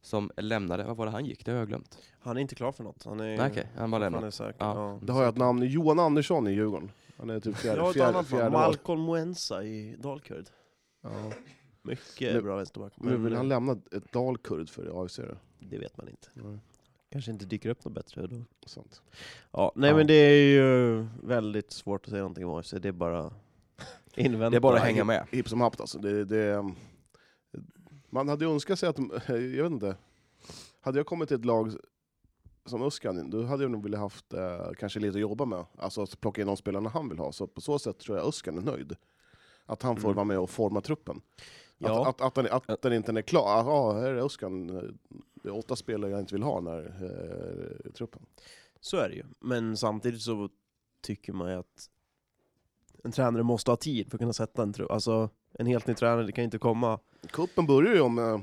Speaker 3: som lämnade, vad var det han gick? Det har jag glömt.
Speaker 1: Han är inte klar för något. Han är,
Speaker 3: Nej, Okej, han bara
Speaker 1: han
Speaker 3: lämnade.
Speaker 1: är säker.
Speaker 3: Ja.
Speaker 1: Ja.
Speaker 2: Det har jag ett namn, Johan Andersson i Djurgården. Han är typ
Speaker 1: Jag
Speaker 2: fjärde,
Speaker 1: har ett
Speaker 2: fjärde,
Speaker 1: annat
Speaker 2: fjärde
Speaker 1: namn,
Speaker 2: val.
Speaker 1: Malcolm Moensa i Dalkurd.
Speaker 2: Ja.
Speaker 1: Mycket
Speaker 2: Men-
Speaker 1: bra vänsterback.
Speaker 2: Men
Speaker 1: Men
Speaker 2: vill han lämna ett dalkurd för AFC då?
Speaker 1: det vet man inte.
Speaker 2: Nej,
Speaker 1: Kanske inte dyker upp något bättre då.
Speaker 2: sant.
Speaker 1: Ja, nej
Speaker 3: Ja.
Speaker 1: men det är ju väldigt svårt att säga någonting om AFC. Det är bara invänta.
Speaker 3: Det är bara att
Speaker 2: Ja,
Speaker 3: hänga
Speaker 2: hipp-
Speaker 3: med.
Speaker 2: Hipp som happ alltså. Det, det, man hade ju önskat sig att, de- jag vet inte, hade jag kommit till ett lag som Öskan, då hade jag nog velat haft eh, kanske lite att jobba med. Alltså att plocka in de spelarna han vill ha. Så på så sätt tror jag Öskan är nöjd. Att han får
Speaker 1: Mm.
Speaker 2: vara med och forma truppen.
Speaker 1: Ja.
Speaker 2: Att, att, att, den, att den inte är klar. Att, Ja, här är Öskan. eh, Det är åtta spelare jag inte vill ha när eh, truppen.
Speaker 1: Så är det ju. Men samtidigt så tycker man ju att en tränare måste ha tid för att kunna sätta en tro. Alltså, en helt ny tränare, det kan inte komma.
Speaker 2: Kuppen börjar ju om eh,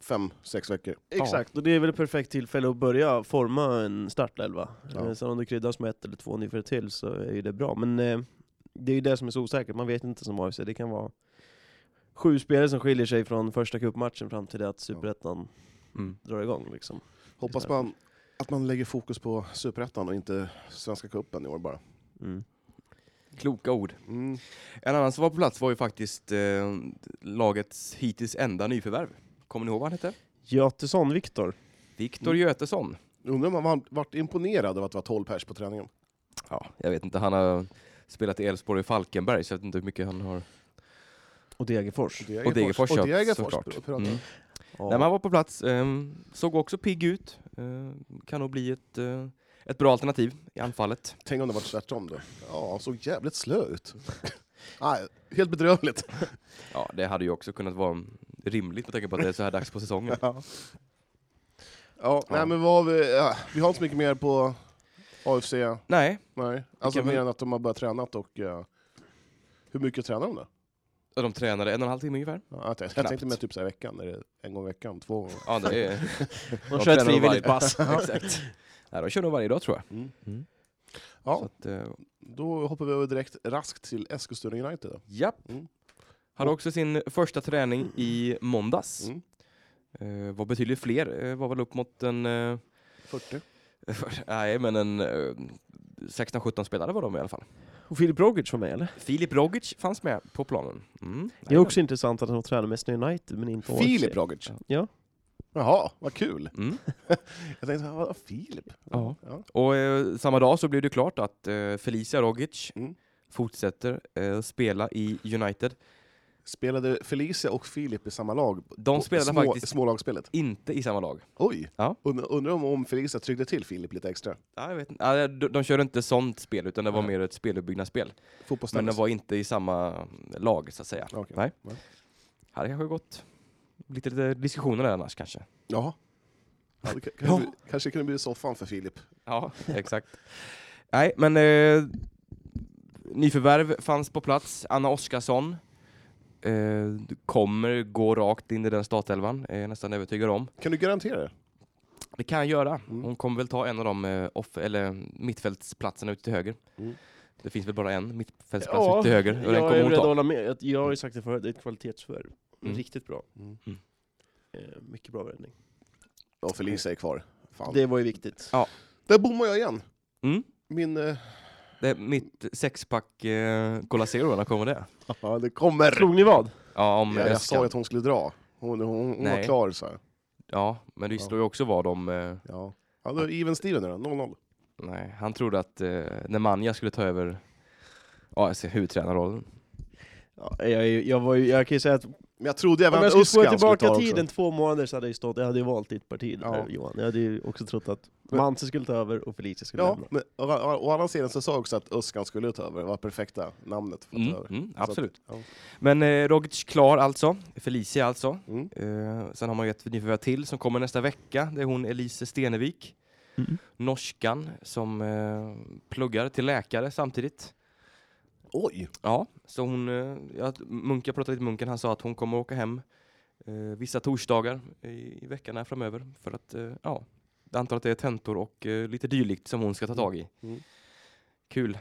Speaker 2: fem, sex veckor.
Speaker 1: Exakt, och det är väl ett perfekt tillfälle att börja forma en startelva.
Speaker 2: Ja.
Speaker 1: Eh, Sen om det kryddas med ett eller två nyförvärv till så är ju det bra. Men eh, det är ju det som är så osäkert, man vet inte som AFC. Det kan vara sju spelare som skiljer sig från första cupmatchen fram till det att superettan
Speaker 3: Mm.
Speaker 1: drar igång. Liksom.
Speaker 2: Hoppas man att man lägger fokus på Superettan och inte Svenska Cupen i år bara.
Speaker 1: Mm.
Speaker 3: Kloka ord.
Speaker 2: Mm.
Speaker 3: En annan som var på plats var ju faktiskt eh, lagets hittills enda nyförvärv. Kommer ni ihåg vad han hette?
Speaker 1: Götesson Viktor.
Speaker 3: Viktor Götesson.
Speaker 2: Undrar om han var- vart imponerad av att det var 12 pers på träningen.
Speaker 3: Ja, jag vet inte, han har spelat i Elfsborg och Falkenberg så jag vet inte hur mycket han har...
Speaker 1: Och Degerfors.
Speaker 3: Och Degerfors,
Speaker 2: Och
Speaker 3: ja,
Speaker 2: Degerfors
Speaker 3: såklart.
Speaker 2: pr- pratar.
Speaker 3: Mm.
Speaker 1: Ja.
Speaker 3: Nej, men han var på plats, ehm, såg också pigg ut. Ehm, kan nog bli ett, eh, ett bra alternativ i anfallet.
Speaker 2: Tänk om det var tvärtom då. Ja, han såg jävligt slö ut. Nej, helt bedrövligt.
Speaker 3: Ja, det hade ju också kunnat vara rimligt med tanke på att det är så här dags på säsongen.
Speaker 2: ja. Nej, men vad har vi, ja, vi har inte så mycket mer på AFC.
Speaker 3: Nej,
Speaker 2: Nej. Alltså
Speaker 3: kan
Speaker 2: mer
Speaker 3: väl-
Speaker 2: än att de har börjat träna och... eh, hur mycket tränar de då?
Speaker 3: och de tränade en och en halv timme ungefär.
Speaker 2: Ja, jag, tänkte, jag
Speaker 3: Knappt.
Speaker 2: tänkte mer typ så här i veckan, är det en gång i veckan, två gånger.
Speaker 3: Ja, det är...
Speaker 1: De
Speaker 3: de
Speaker 1: kör ett
Speaker 3: tränar nog
Speaker 1: frivilligt
Speaker 3: varje-
Speaker 1: pass.
Speaker 3: Exakt. Nej, de kör nog varje dag tror jag.
Speaker 2: Mm.
Speaker 3: Mm. Så
Speaker 2: Ja,
Speaker 3: att, eh,
Speaker 2: då hoppar vi över direkt raskt till Eskilstuna United. då.
Speaker 3: Japp.
Speaker 2: Mm.
Speaker 3: Hade också sin första träning i måndags.
Speaker 2: Mm.
Speaker 3: Eh, var betydligt fler, eh, var väl upp mot en... Eh,
Speaker 2: 40.
Speaker 3: nej, men en... Eh, 16-17 spelare var de i alla fall.
Speaker 1: Och Filip Rogic var med eller?
Speaker 3: Filip Rogic fanns med på planen. Mm.
Speaker 1: Det är också intressant att han tränar mest i United men inte AFC.
Speaker 2: Filip Rogic?
Speaker 1: Ja.
Speaker 2: Jaha, vad kul.
Speaker 3: Mm.
Speaker 2: Jag tänkte, vad Filip?
Speaker 3: Ja.
Speaker 2: Ja.
Speaker 3: Och eh, samma dag så blev det klart att eh, Felicia Rogic
Speaker 2: Mm.
Speaker 3: fortsätter eh, spela i United.
Speaker 2: Spelade Felicia och Filip i samma lag?
Speaker 3: De spelade
Speaker 2: små,
Speaker 3: faktiskt
Speaker 2: Smålagsspelet?
Speaker 3: inte i samma lag.
Speaker 2: Oj!
Speaker 3: Ja.
Speaker 2: Und- Undrar om, om Felicia tryckte till Filip lite extra?
Speaker 3: Ja, jag vet inte. Ja, de, de körde inte sånt spel, utan det var
Speaker 2: Nej.
Speaker 3: mer ett speluppbyggnadsspel. Men
Speaker 2: Fotbollstennis?
Speaker 3: de var inte i samma lag, så att säga.
Speaker 2: Okej.
Speaker 3: Nej. Hade kanske gått lite, lite diskussioner där annars kanske.
Speaker 2: Jaha. Ja, det ka- kan
Speaker 3: Ja.
Speaker 2: bli, kanske kunde bli soffan för Filip.
Speaker 3: Ja, exakt. Nej, men eh, nyförvärv fanns på plats. Anna Oskarsson eh, kommer gå rakt in i den startelvan, är jag nästan övertygad om.
Speaker 2: Kan du garantera det?
Speaker 3: Det kan jag göra.
Speaker 2: Mm.
Speaker 3: Hon kommer väl ta en av de eh, off- eller mittfältsplatserna ut till höger.
Speaker 2: Mm.
Speaker 3: Det finns väl bara en mittfältsplats ut till höger och den
Speaker 1: jag
Speaker 3: kommer
Speaker 1: är
Speaker 3: hon
Speaker 1: beredd att
Speaker 3: ta.
Speaker 1: hålla med. Jag, jag har ju sagt det förut, det är ett kvalitetsförvärv.
Speaker 3: Mm.
Speaker 1: Riktigt bra.
Speaker 2: Mm.
Speaker 3: Mm.
Speaker 1: Eh, mycket bra räddning.
Speaker 2: Ja, Felicia är kvar. Fan.
Speaker 1: Det var ju viktigt.
Speaker 2: Där bommar jag igen!
Speaker 3: Mm.
Speaker 2: Min... eh,
Speaker 3: Det är mitt sexpack eh, Cola Zero, när kommer det?
Speaker 2: Ja, det kommer!
Speaker 1: Slog ni vad?
Speaker 3: Ja, om
Speaker 2: Ja, jag
Speaker 3: Öskan.
Speaker 2: sa ju att hon skulle dra. Hon, hon, hon var
Speaker 3: Nej.
Speaker 2: klar så här.
Speaker 3: Ja, men det
Speaker 2: Ja.
Speaker 3: står ju också vad de... Eh,
Speaker 2: Ja. Ja, då är Even Steven nu då, 0-0.
Speaker 3: nej, han trodde att eh, Nemanja skulle ta över ja, alltså, huvudtränarrollen.
Speaker 1: Ja, jag, är ju- jag, var ju, jag kan ju säga att om
Speaker 2: Men jag trodde även
Speaker 1: jag
Speaker 2: att
Speaker 1: skulle få
Speaker 2: Uskan skulle ta det
Speaker 1: tillbaka
Speaker 2: också.
Speaker 1: tiden två månader så hade jag ju stått, jag hade ju valt ditt parti
Speaker 2: Ja.
Speaker 1: där, Johan. Jag hade ju också trott att Manse skulle ta över och Felicia skulle
Speaker 2: Ja,
Speaker 1: lämna.
Speaker 2: men å, å, å andra sidan så sa jag också att Uskan skulle ta över. Det var perfekta namnet för att
Speaker 3: Mm,
Speaker 2: ta över.
Speaker 3: mm,
Speaker 2: Så att-
Speaker 3: absolut.
Speaker 2: ja.
Speaker 3: Men eh, Rogic klar alltså, Felicia alltså.
Speaker 2: Mm.
Speaker 3: Eh, sen har man ju ett nyförvärv till som kommer nästa vecka. Det är hon Elise Stenevik,
Speaker 1: Mm.
Speaker 3: norskan som eh, pluggar till läkare samtidigt.
Speaker 2: Oj!
Speaker 3: Ja, så hon, eh, ja, Munka pratade lite med Munken, han sa att hon kommer åka hem eh, vissa torsdagar i, i veckan här framöver för att, eh, ja, jag antar att det är tentor och eh, lite dylikt som hon ska ta tag i.
Speaker 2: Mm.
Speaker 3: Kul.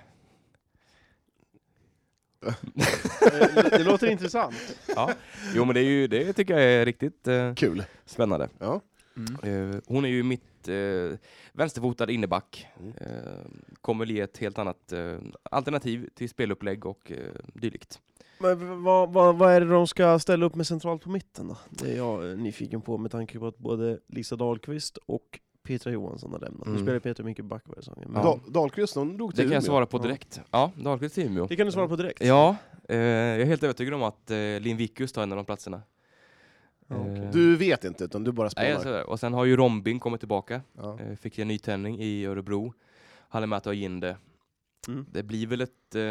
Speaker 1: Eh, Det, det låter intressant.
Speaker 3: Ja. Jo men det, är ju, det tycker jag är riktigt eh,
Speaker 2: Kul!
Speaker 3: spännande.
Speaker 2: Ja.
Speaker 3: Eh, hon är ju mitt eh, vänsterfotad inneback.
Speaker 2: Mm.
Speaker 3: Eh, kommer väl ge ett helt annat eh, alternativ till spelupplägg och eh, dylikt.
Speaker 1: Men v- vad, vad, vad är det de ska ställa upp med centralt på mitten då? Det är jag eh, nyfiken på med tanke på att både Lisa Dahlqvist och Petra Johansson har lämnat. Nu
Speaker 3: Mm.
Speaker 1: spelar Petra mycket back varje säsong. men-
Speaker 3: Ja.
Speaker 2: Da- Dahlqvist, hon drog
Speaker 3: Det
Speaker 2: till
Speaker 3: kan jag
Speaker 2: Umeå.
Speaker 3: svara på direkt. Ja, Dahlqvist till Umeå.
Speaker 1: Det kan du svara på direkt.
Speaker 3: Ja, eh, jag är helt övertygad om att eh, Lindvikus tar en av de platserna.
Speaker 1: Ja, okej. Mm.
Speaker 3: Eh,
Speaker 2: Du vet inte, utan du bara
Speaker 3: nej,
Speaker 2: spånar.
Speaker 3: alltså, och sen har ju Rombin kommit tillbaka.
Speaker 2: ja.
Speaker 3: Eh, fick en nytändning i Örebro. Han är med att ha Jinde.
Speaker 1: Mm.
Speaker 3: Det blir väl ett... Eh,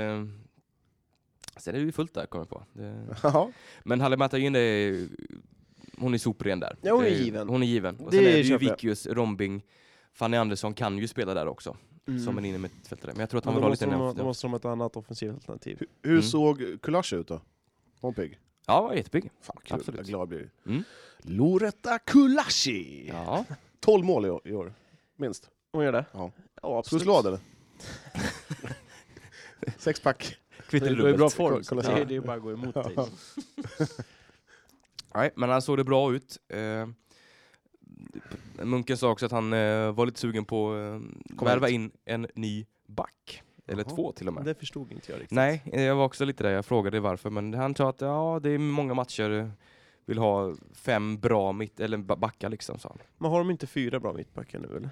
Speaker 3: sen är det ju fullt där, kommer jag på. Det,
Speaker 2: Jaha.
Speaker 3: men Halimata Jinde är ju- Hon är sopren där.
Speaker 1: Ja, hon
Speaker 3: Det
Speaker 1: är
Speaker 3: ju-
Speaker 1: given.
Speaker 3: Hon är given. Och
Speaker 1: Det
Speaker 3: sen är det ju
Speaker 1: köper jag.
Speaker 3: Vikius, Rombing, Fanny Andersson kan ju spela där också.
Speaker 1: Mm.
Speaker 3: Som en innermittfältare. Men jag tror att
Speaker 1: Men
Speaker 3: han
Speaker 1: då
Speaker 3: vill ha
Speaker 1: måste
Speaker 3: lite...
Speaker 1: de ha-
Speaker 3: nerv-
Speaker 1: då måste de ha ett annat offensivt alternativ.
Speaker 2: Hur, hur
Speaker 3: Mm.
Speaker 2: såg Kulasch ut då? Hon pigg?
Speaker 3: Ja, han var jättepigg.
Speaker 2: Fan, kul.
Speaker 3: Absolut.
Speaker 2: Jag glad blir.
Speaker 3: Mm.
Speaker 2: Loretta Kulashi!
Speaker 3: Ja.
Speaker 2: 12 mål i år, i år. minst.
Speaker 1: Hon gör det?
Speaker 2: Ja.
Speaker 1: ja
Speaker 2: Ska du
Speaker 1: absolut.
Speaker 2: slå det, eller? Sexpack.
Speaker 1: Det
Speaker 3: Kvitter
Speaker 1: är i bra
Speaker 3: dubbelt.
Speaker 1: form.
Speaker 2: Kolla
Speaker 1: Kolla,
Speaker 2: så.
Speaker 1: det, är- det är bara att gå emot dig.
Speaker 3: Nej, men han såg det bra ut. Eh, Munken sa också att han eh, var lite sugen på att eh,
Speaker 2: Kom
Speaker 3: värva in en ny back. Eller
Speaker 2: Jaha.
Speaker 3: två till och med.
Speaker 1: Det förstod inte jag riktigt.
Speaker 3: Nej, eh, jag var också lite där. Jag frågade varför, men han sa att ja, det är många matcher. eh, Vill ha fem bra mitt eller ba- backar liksom, sa han.
Speaker 1: Men har de inte fyra bra mittbackar nu eller?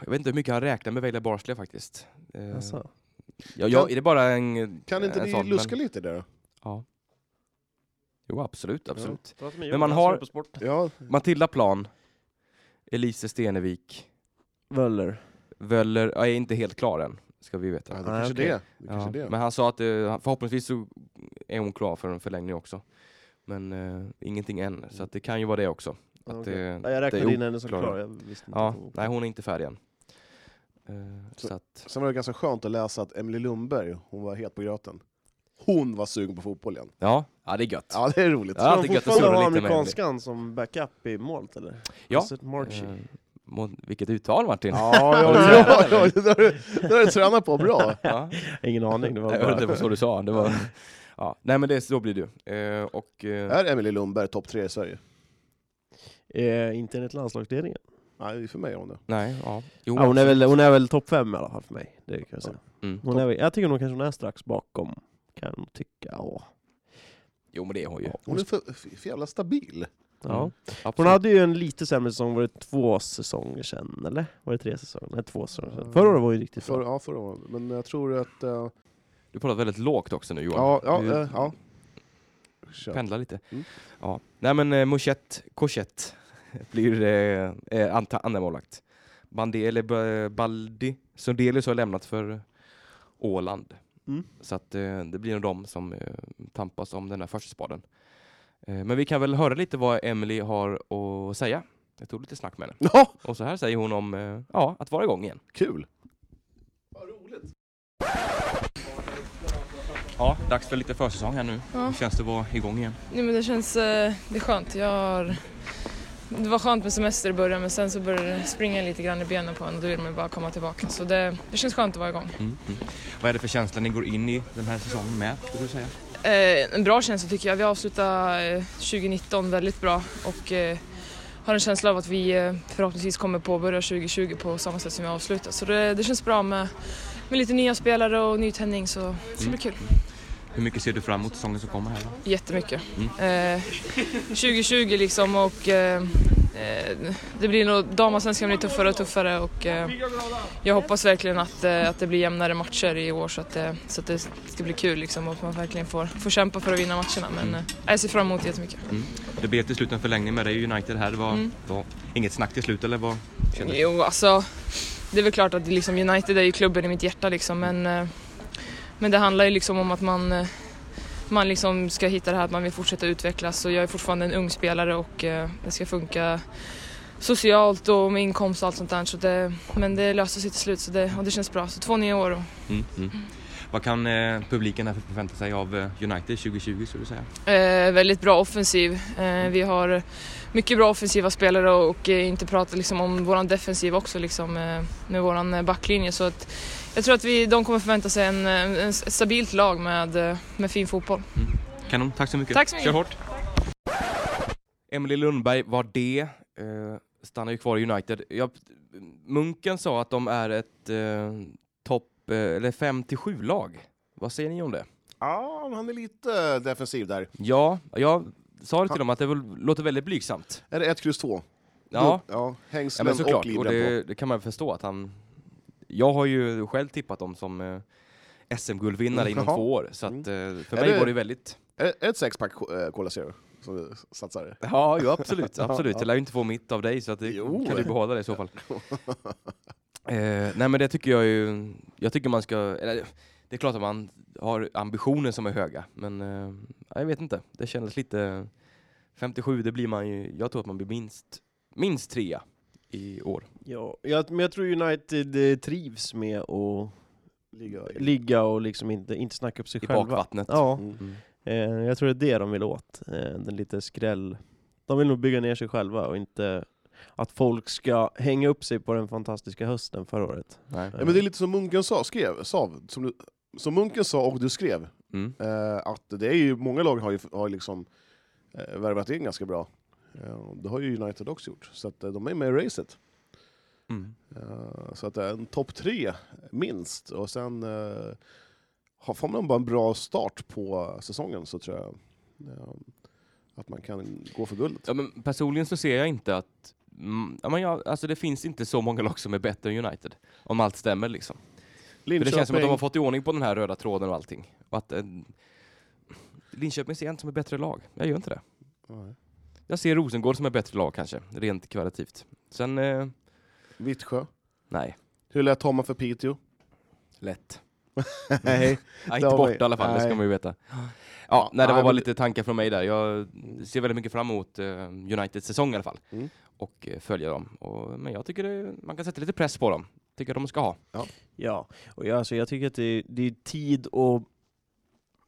Speaker 3: Jag vet inte hur mycket han räknar med Vejla Barslev faktiskt. Eh,
Speaker 1: Alltså.
Speaker 3: ja, ja, är det bara en...
Speaker 2: Kan inte
Speaker 3: en
Speaker 2: ni
Speaker 3: sån, men-
Speaker 2: luska lite där då?
Speaker 3: Ja. Jo, absolut, absolut.
Speaker 1: Prata med
Speaker 3: Men
Speaker 1: Johan,
Speaker 3: man
Speaker 1: han som
Speaker 3: har-
Speaker 1: är på sport.
Speaker 2: Ja,
Speaker 3: Matilda Plan, Elise Stenevik,
Speaker 1: Völler.
Speaker 3: Völler, ja, är inte helt klar än, ska vi
Speaker 2: ja det
Speaker 3: veta.
Speaker 1: Nej,
Speaker 2: kanske
Speaker 1: okej.
Speaker 2: det. det, kanske
Speaker 3: Ja,
Speaker 2: det.
Speaker 3: Men han sa att eh, förhoppningsvis så är hon klar för en förlängning också. Men eh, ingenting än, så att det kan ju vara det också. Att
Speaker 1: Okej.
Speaker 3: det,
Speaker 1: Ja, jag räknade
Speaker 3: det-
Speaker 1: in henne som
Speaker 3: klar.
Speaker 1: klar, jag visste inte.
Speaker 3: ja,
Speaker 1: att hon var på.
Speaker 3: nej hon är inte färdig än. Eh, så att,
Speaker 2: Sen var det ganska skönt att läsa att Emily Lundberg, hon var het på gröten. Hon var sugen på fotboll igen.
Speaker 3: ja, ja, det är gött.
Speaker 2: Ja, det är roligt.
Speaker 3: Ja,
Speaker 1: Ska
Speaker 3: alltid
Speaker 1: de
Speaker 3: gött att
Speaker 1: fortfarande
Speaker 3: surra
Speaker 1: ha
Speaker 3: lite med
Speaker 1: amerikanskan som backup i målet eller?
Speaker 3: Ja.
Speaker 1: Alltså, Marchi.
Speaker 3: Eh, må- vilket uttal Martin!
Speaker 2: Ja, ja, ja, ja, det har- det har du tränat på bra.
Speaker 3: Ja.
Speaker 1: Ingen aning, det var
Speaker 3: Jag hörde
Speaker 1: bara...
Speaker 3: inte så du sa. Det var, ja. Nej men det, så blir det ju. Eh, och, eh,
Speaker 2: Är Emily Lundberg topp tre i Sverige?
Speaker 1: Eh, inte enligt landslagsledningen.
Speaker 2: Nej, för mig är hon det.
Speaker 3: nej, ja. Jo,
Speaker 1: Ja, hon, är väl, hon är väl topp fem i alla fall för mig, det kan jag säga.
Speaker 3: mm.
Speaker 1: Hon är väl, jag tycker nog kanske hon är strax bakom, kan jag tycka. Ja.
Speaker 3: Jo men det är hon ju.
Speaker 2: Hon är för, för jävla stabil.
Speaker 1: Ja.
Speaker 3: Mm.
Speaker 1: Hon
Speaker 3: Absolut.
Speaker 1: hade ju en lite sämre säsong, var det två säsonger sedan eller? Var det tre säsonger? Nej, två säsonger sedan. Förra året var ju riktigt
Speaker 2: För,
Speaker 1: bra.
Speaker 2: ja, förra året. Men jag tror att... eh,
Speaker 3: Du pratar väldigt lågt också nu Johan.
Speaker 2: ja, ja,
Speaker 3: Du-
Speaker 2: eh, ja. Kör.
Speaker 3: pendla lite.
Speaker 2: Mm.
Speaker 3: Ja. Nej men eh, Mochette, Kochette blir eh, eh, anta- andra målvakt. Bandi, eller B- Baldi Sundelius har lämnat för Åland.
Speaker 1: Mm.
Speaker 3: Så att eh, det blir nog de som eh, tampas om den här första spaden. Eh, men vi kan väl höra lite vad Emily har att säga. Jag tog lite snack med henne.
Speaker 2: Ja,
Speaker 3: Och så här säger hon om eh, ja, att vara igång igen.
Speaker 2: kul!
Speaker 3: Ja, dags för lite försäsong här nu. Hur känns det att vara igång igen?
Speaker 5: Nej, men det känns eh, det är skönt. Jag har... Det var skönt med semester i början men sen så började det springa lite grann i benen på en och då vill man bara komma tillbaka. Så det, det känns skönt att vara igång.
Speaker 3: Mm, Vad är det för känsla ni går in i den här säsongen med, skulle du säga?
Speaker 5: Eh, en bra känsla tycker jag. Vi avslutade eh, 2019 väldigt bra och eh, har en känsla av att vi eh, förhoppningsvis kommer påbörja 2020 på samma sätt som vi avslutade. Så det, det känns bra med, med lite nya spelare och ny tändning så det ska bli kul.
Speaker 3: Hur mycket ser du fram emot säsongen som kommer här? Då?
Speaker 5: Jättemycket. Eh, 2020 liksom och eh, eh, det blir nog, damallsvenskan blir tuffare och tuffare och eh, jag hoppas verkligen att, eh, att det blir jämnare matcher i år så att, eh, så att det ska bli kul liksom och att man verkligen får, får kämpa för att vinna matcherna. Men eh, jag ser fram emot det jättemycket.
Speaker 3: Det blev till slut en förlängning med dig i United här. Det var,
Speaker 5: Mm.
Speaker 3: var inget snack till slut eller? Vad känner du?
Speaker 5: Jo, alltså det är väl klart att det liksom, United är ju klubben i mitt hjärta liksom men, eh, men det handlar ju liksom om att man eh, man liksom ska hitta det här att man vill fortsätta utvecklas och jag är fortfarande en ung spelare och eh, det ska funka socialt och med inkomst och allt sånt där. Så det, men det löser sig till slut så det, och det känns bra. Så två nya år och
Speaker 3: Mm, mm. Vad kan eh, publiken här förvänta sig av eh, United 2020 skulle du säga?
Speaker 5: Eh, väldigt bra offensiv. Eh, vi har mycket bra offensiva spelare och, och eh, inte prata liksom, om vår defensiv också liksom, eh, med vår eh, backlinje. Så att, jag tror att vi, de kommer förvänta sig en, eh, en, ett stabilt lag med, eh, med fin fotboll.
Speaker 3: Kanon, tack så mycket.
Speaker 5: Tack så mycket.
Speaker 3: Kör hårt. Emily Lundberg var det. Eh, stannar ju kvar i United. Jag, Munken sa att de är ett eh, topp eh, eller 5 till 7 lag. Vad säger ni om det?
Speaker 2: Ja, men han är lite defensiv där.
Speaker 3: Ja, jag sa det till dem att det väl- låter väldigt blygsamt.
Speaker 2: Är det 1, kryss 2?
Speaker 3: Ja,
Speaker 2: ja
Speaker 3: ja
Speaker 2: hängslen
Speaker 3: men såklart.
Speaker 2: och
Speaker 3: Och
Speaker 2: livrem på.
Speaker 3: det, det kan man förstå att han... Jag har ju själv tippat dem som eh, SM-guldvinnare inom
Speaker 2: Jaha.
Speaker 3: två år, så att, eh, för
Speaker 2: Mm, Är
Speaker 3: mig
Speaker 2: det-
Speaker 3: var det väldigt...
Speaker 2: Är det- är det ett sexpack eh, Cola Zero som du satsar?
Speaker 3: Ja, jo, absolut. absolut. Jag lär ju inte få mitt av dig, så att det,
Speaker 2: Jo.
Speaker 3: kan du behålla det i så fall. eh, nej, men det tycker jag ju... Jag tycker man ska... Eller, det är klart att man har ambitioner som är höga, men eh, jag vet inte. Det kändes lite... 57, det blir man ju... Jag tror att man blir minst, minst trea i år.
Speaker 1: Ja, jag, men jag tror United eh, trivs med att
Speaker 2: Ligga.
Speaker 1: ligga och liksom inte, inte snacka upp sig
Speaker 3: I
Speaker 1: själva.
Speaker 3: bakvattnet.
Speaker 1: Ja,
Speaker 2: Mm.
Speaker 3: Mm.
Speaker 1: eh, jag tror det är det de vill åt. Eh, den lite skräll. De vill nog bygga ner sig själva och inte att folk ska hänga upp sig på den fantastiska hösten förra året.
Speaker 3: Nej.
Speaker 2: Ja, men det är lite som Munken sa, skrev, sa som, du, som Munken sa och du skrev,
Speaker 3: Mm.
Speaker 2: eh, att det är ju, många lag har ju, har ju liksom eh, värvat in ganska bra. Eh, och det har ju United också gjort, så att, eh, de är med i racet.
Speaker 3: Mm.
Speaker 2: Eh, Så att eh, en topp tre, minst. Och sen eh, har- får man bara en bra start på säsongen så tror jag eh, att man kan gå för guldet.
Speaker 3: Ja, men personligen så ser jag inte att... Mm, ja, men jag, alltså det finns inte så många lag som är bättre än United. Om allt stämmer liksom. För det
Speaker 2: Linköping,
Speaker 3: känns som att de har fått i ordning på den här röda tråden och allting. Och att, eh, Linköping ser jag inte som ett bättre lag. Jag gör inte det.
Speaker 2: Nej.
Speaker 3: Jag ser Rosengård som ett bättre lag kanske, rent kvalitativt. Sen, eh,
Speaker 2: Vittsjö.
Speaker 3: nej,
Speaker 2: Hur lät Tomma för Piteå?
Speaker 3: lätt.
Speaker 2: Nej.
Speaker 3: Nej, inte
Speaker 2: var
Speaker 3: borta
Speaker 2: ju-
Speaker 3: i alla fall, det ska
Speaker 2: nej.
Speaker 3: man ju veta. Ja, nej, det var
Speaker 2: Nej,
Speaker 3: bara
Speaker 2: men-
Speaker 3: lite tankar från mig där. Jag ser väldigt mycket fram emot eh, Uniteds säsong i alla fall.
Speaker 2: Mm.
Speaker 3: Och eh, följa dem. Och, men jag tycker det, man kan sätta lite press på dem. Tycker de ska ha.
Speaker 1: Ja, och jag, alltså, jag tycker att det, är- det är tid att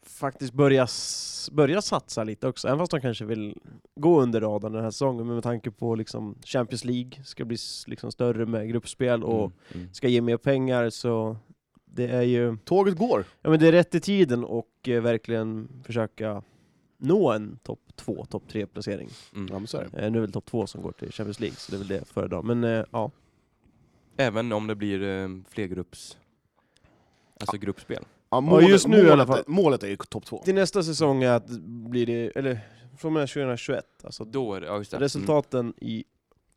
Speaker 1: faktiskt börja, s- börja satsa lite också, även fast de kanske vill gå under radarn den här säsongen, men med tanke på liksom Champions League ska bli s- liksom större med gruppspel och
Speaker 3: Mm. Mm.
Speaker 1: ska ge mer pengar så det är ju
Speaker 2: Tåget går!
Speaker 1: ja, men det är rätt i tiden och eh, verkligen försöka nå en topp 2, topp 3 placering.
Speaker 2: mm. Ja, men så är det.
Speaker 1: Eh, nu är det topp 2 som går till Champions League så det är väl det jag föredrar. Men eh, ja,
Speaker 3: Även om det blir eh, flergrupps... Alltså gruppspel.
Speaker 2: Ja,
Speaker 1: just nu i
Speaker 2: målet,
Speaker 1: alla fall.
Speaker 2: Målet är ju topp två.
Speaker 1: till nästa säsong är att blir det, eller från och med 2021, alltså
Speaker 3: Då är det, ja just det.
Speaker 2: Mm.
Speaker 1: resultaten i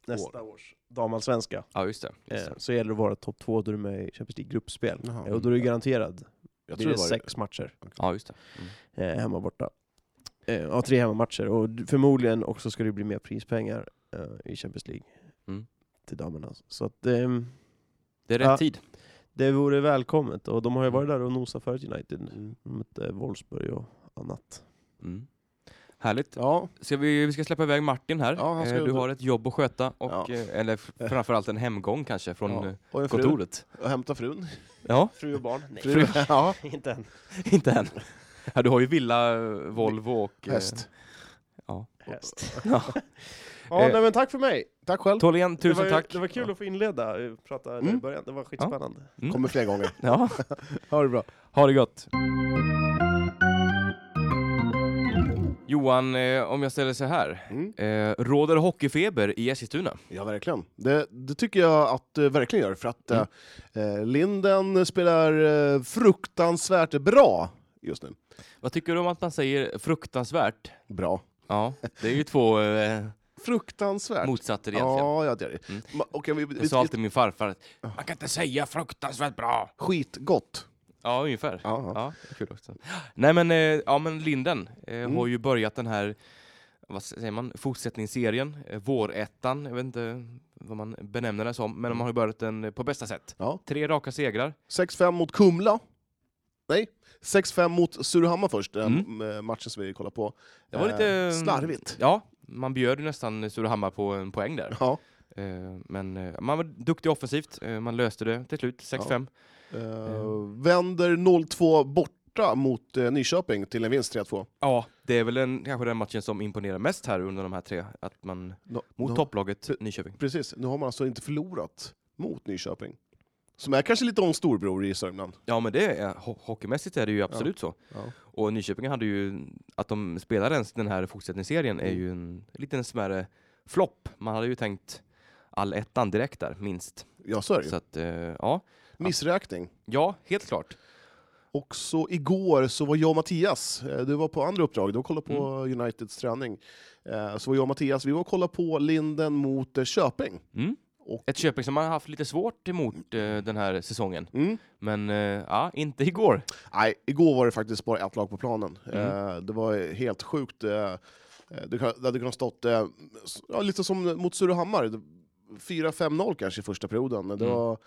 Speaker 1: nästa års damallsvenska,
Speaker 3: Mm. Ja just det.
Speaker 1: eh,
Speaker 3: Just det.
Speaker 1: så gäller det att vara topp 2 då du är med i Champions League-gruppspel.
Speaker 2: Jaha.
Speaker 1: Eh, och då är du garanterad,
Speaker 2: Jag
Speaker 1: blir det
Speaker 2: var
Speaker 1: sex matcher.
Speaker 3: Ja just det. Mm.
Speaker 1: eh, hemma och borta. Eh, ja, tre hemmamatcher och d- förmodligen också ska det bli mer prispengar eh, i Champions League
Speaker 3: Mm.
Speaker 1: till damerna. Så att, ehm,
Speaker 3: Det är rätt
Speaker 1: Ja.
Speaker 3: tid.
Speaker 1: det vore välkommet och de har ju
Speaker 3: Mm.
Speaker 1: varit där och nosat förut United.
Speaker 2: Mm.
Speaker 1: De mötte Wolfsburg och annat.
Speaker 3: Mm. Härligt.
Speaker 2: Ja,
Speaker 3: Ska vi, vi ska släppa iväg Martin här.
Speaker 2: Ja, han ska
Speaker 3: Eh, du
Speaker 2: ut och-
Speaker 3: har ett jobb att sköta, och,
Speaker 2: Ja.
Speaker 3: eh, eller f- framförallt en hemgång kanske från
Speaker 2: Ja.
Speaker 3: eh,
Speaker 2: och en fru.
Speaker 3: kontoret.
Speaker 2: Och hämta frun.
Speaker 3: Ja,
Speaker 1: Fru och barn? Nej,
Speaker 2: Fru. Ja,
Speaker 1: inte än.
Speaker 3: inte än. Ja, du har ju villa, eh, Volvo och... eh,
Speaker 2: häst.
Speaker 1: Häst.
Speaker 3: Ja.
Speaker 1: Ja,
Speaker 3: Eh,
Speaker 1: nej, men tack för mig!
Speaker 2: Tack själv.
Speaker 3: Tålén,
Speaker 1: Det
Speaker 3: tusen
Speaker 1: var, ju-
Speaker 3: tack.
Speaker 1: Det var kul att få inleda, eh, prata där i
Speaker 2: Mm.
Speaker 1: början. Det var skitspännande.
Speaker 3: Mm.
Speaker 2: Kommer fler gånger.
Speaker 3: Ja,
Speaker 2: Ha det bra.
Speaker 3: ha det gott. Johan, eh, om jag ställer så här.
Speaker 2: Mm.
Speaker 3: Eh, råder hockeyfeber i Eskilstuna?
Speaker 2: Ja, verkligen. Det, det tycker jag att det verkligen gör, för att
Speaker 3: Mm.
Speaker 2: eh, Linden spelar eh, fruktansvärt bra just nu.
Speaker 3: Vad tycker du om att man säger fruktansvärt?
Speaker 2: Bra.
Speaker 3: Ja, det är ju två eh,
Speaker 2: Fruktansvärt.
Speaker 3: motsatser egentligen.
Speaker 2: ja, ja, det är det.
Speaker 3: Mm.
Speaker 2: Ma- okej, vi,
Speaker 3: Jag
Speaker 2: vi,
Speaker 3: sa alltid min farfar att man kan inte säga fruktansvärt bra.
Speaker 2: skitgott.
Speaker 3: Ja, ungefär. Ja,
Speaker 2: Ja, ja.
Speaker 3: kul också. Nej men, eh, ja, men Linden eh,
Speaker 2: Mm.
Speaker 3: har ju börjat den här, vad säger man, fortsättningsserien, eh, vårettan, jag vet inte vad man benämner den som, men de har ju börjat den eh, på bästa sätt.
Speaker 2: Mm. Ja.
Speaker 3: Tre raka segrar.
Speaker 2: 6-5 mot Kumla. Nej, 6-5 mot Surahammar först, den
Speaker 3: Mm.
Speaker 2: eh, matchen som vi kollar på.
Speaker 3: Det var
Speaker 2: Eh,
Speaker 3: lite... eh,
Speaker 2: slarvigt.
Speaker 3: Ja, man bjöd ju nästan Surahammar på en poäng där.
Speaker 2: Ja.
Speaker 3: Eh, Men eh, man var duktig offensivt, eh, man löste det till slut, 6-5.
Speaker 2: Eh, vänder 0-2 borta mot eh, Nyköping till en vinst 3-2.
Speaker 3: Ja, det är väl en, kanske den matchen som imponerar mest här under de här tre. Att man,
Speaker 2: No,
Speaker 3: mot
Speaker 2: no-
Speaker 3: topplaget Nyköping.
Speaker 2: Precis, nu har man alltså inte förlorat mot Nyköping. Som är kanske lite om storbror i Sörmland.
Speaker 3: Ja men det är, ho- hockeymässigt är det ju absolut så.
Speaker 2: Ja.
Speaker 3: Och Nyköping hade ju, att de spelar ens den här fortsättningsserien
Speaker 2: Mm.
Speaker 3: är ju en liten smärre flopp. Man hade ju tänkt all ettan direkt där, minst.
Speaker 2: Ja, så är det ju.
Speaker 3: Så att, eh, ja.
Speaker 2: Missräkning.
Speaker 3: ja, helt klart.
Speaker 2: Och så igår så var jag och Mattias, eh, du var på andra uppdrag, du var kollade på Uniteds träning. Eh, Så var jag och Mattias, vi var och kollade på Linden mot eh, Köping.
Speaker 3: Mm.
Speaker 2: Och-
Speaker 3: Ett Köping som man har haft lite svårt emot eh, den här säsongen.
Speaker 2: Mm.
Speaker 3: Men eh, ja, inte igår.
Speaker 2: Nej, igår var det faktiskt bara ett lag på planen.
Speaker 3: Mhm.
Speaker 2: Eh, Det var helt sjukt. eh, eh, Det kan- det hade kunnat stått eh, s- ja, lite som mot Surahammar, Det- 4-5-0 kanske i första perioden. Det
Speaker 3: Mm.
Speaker 2: var,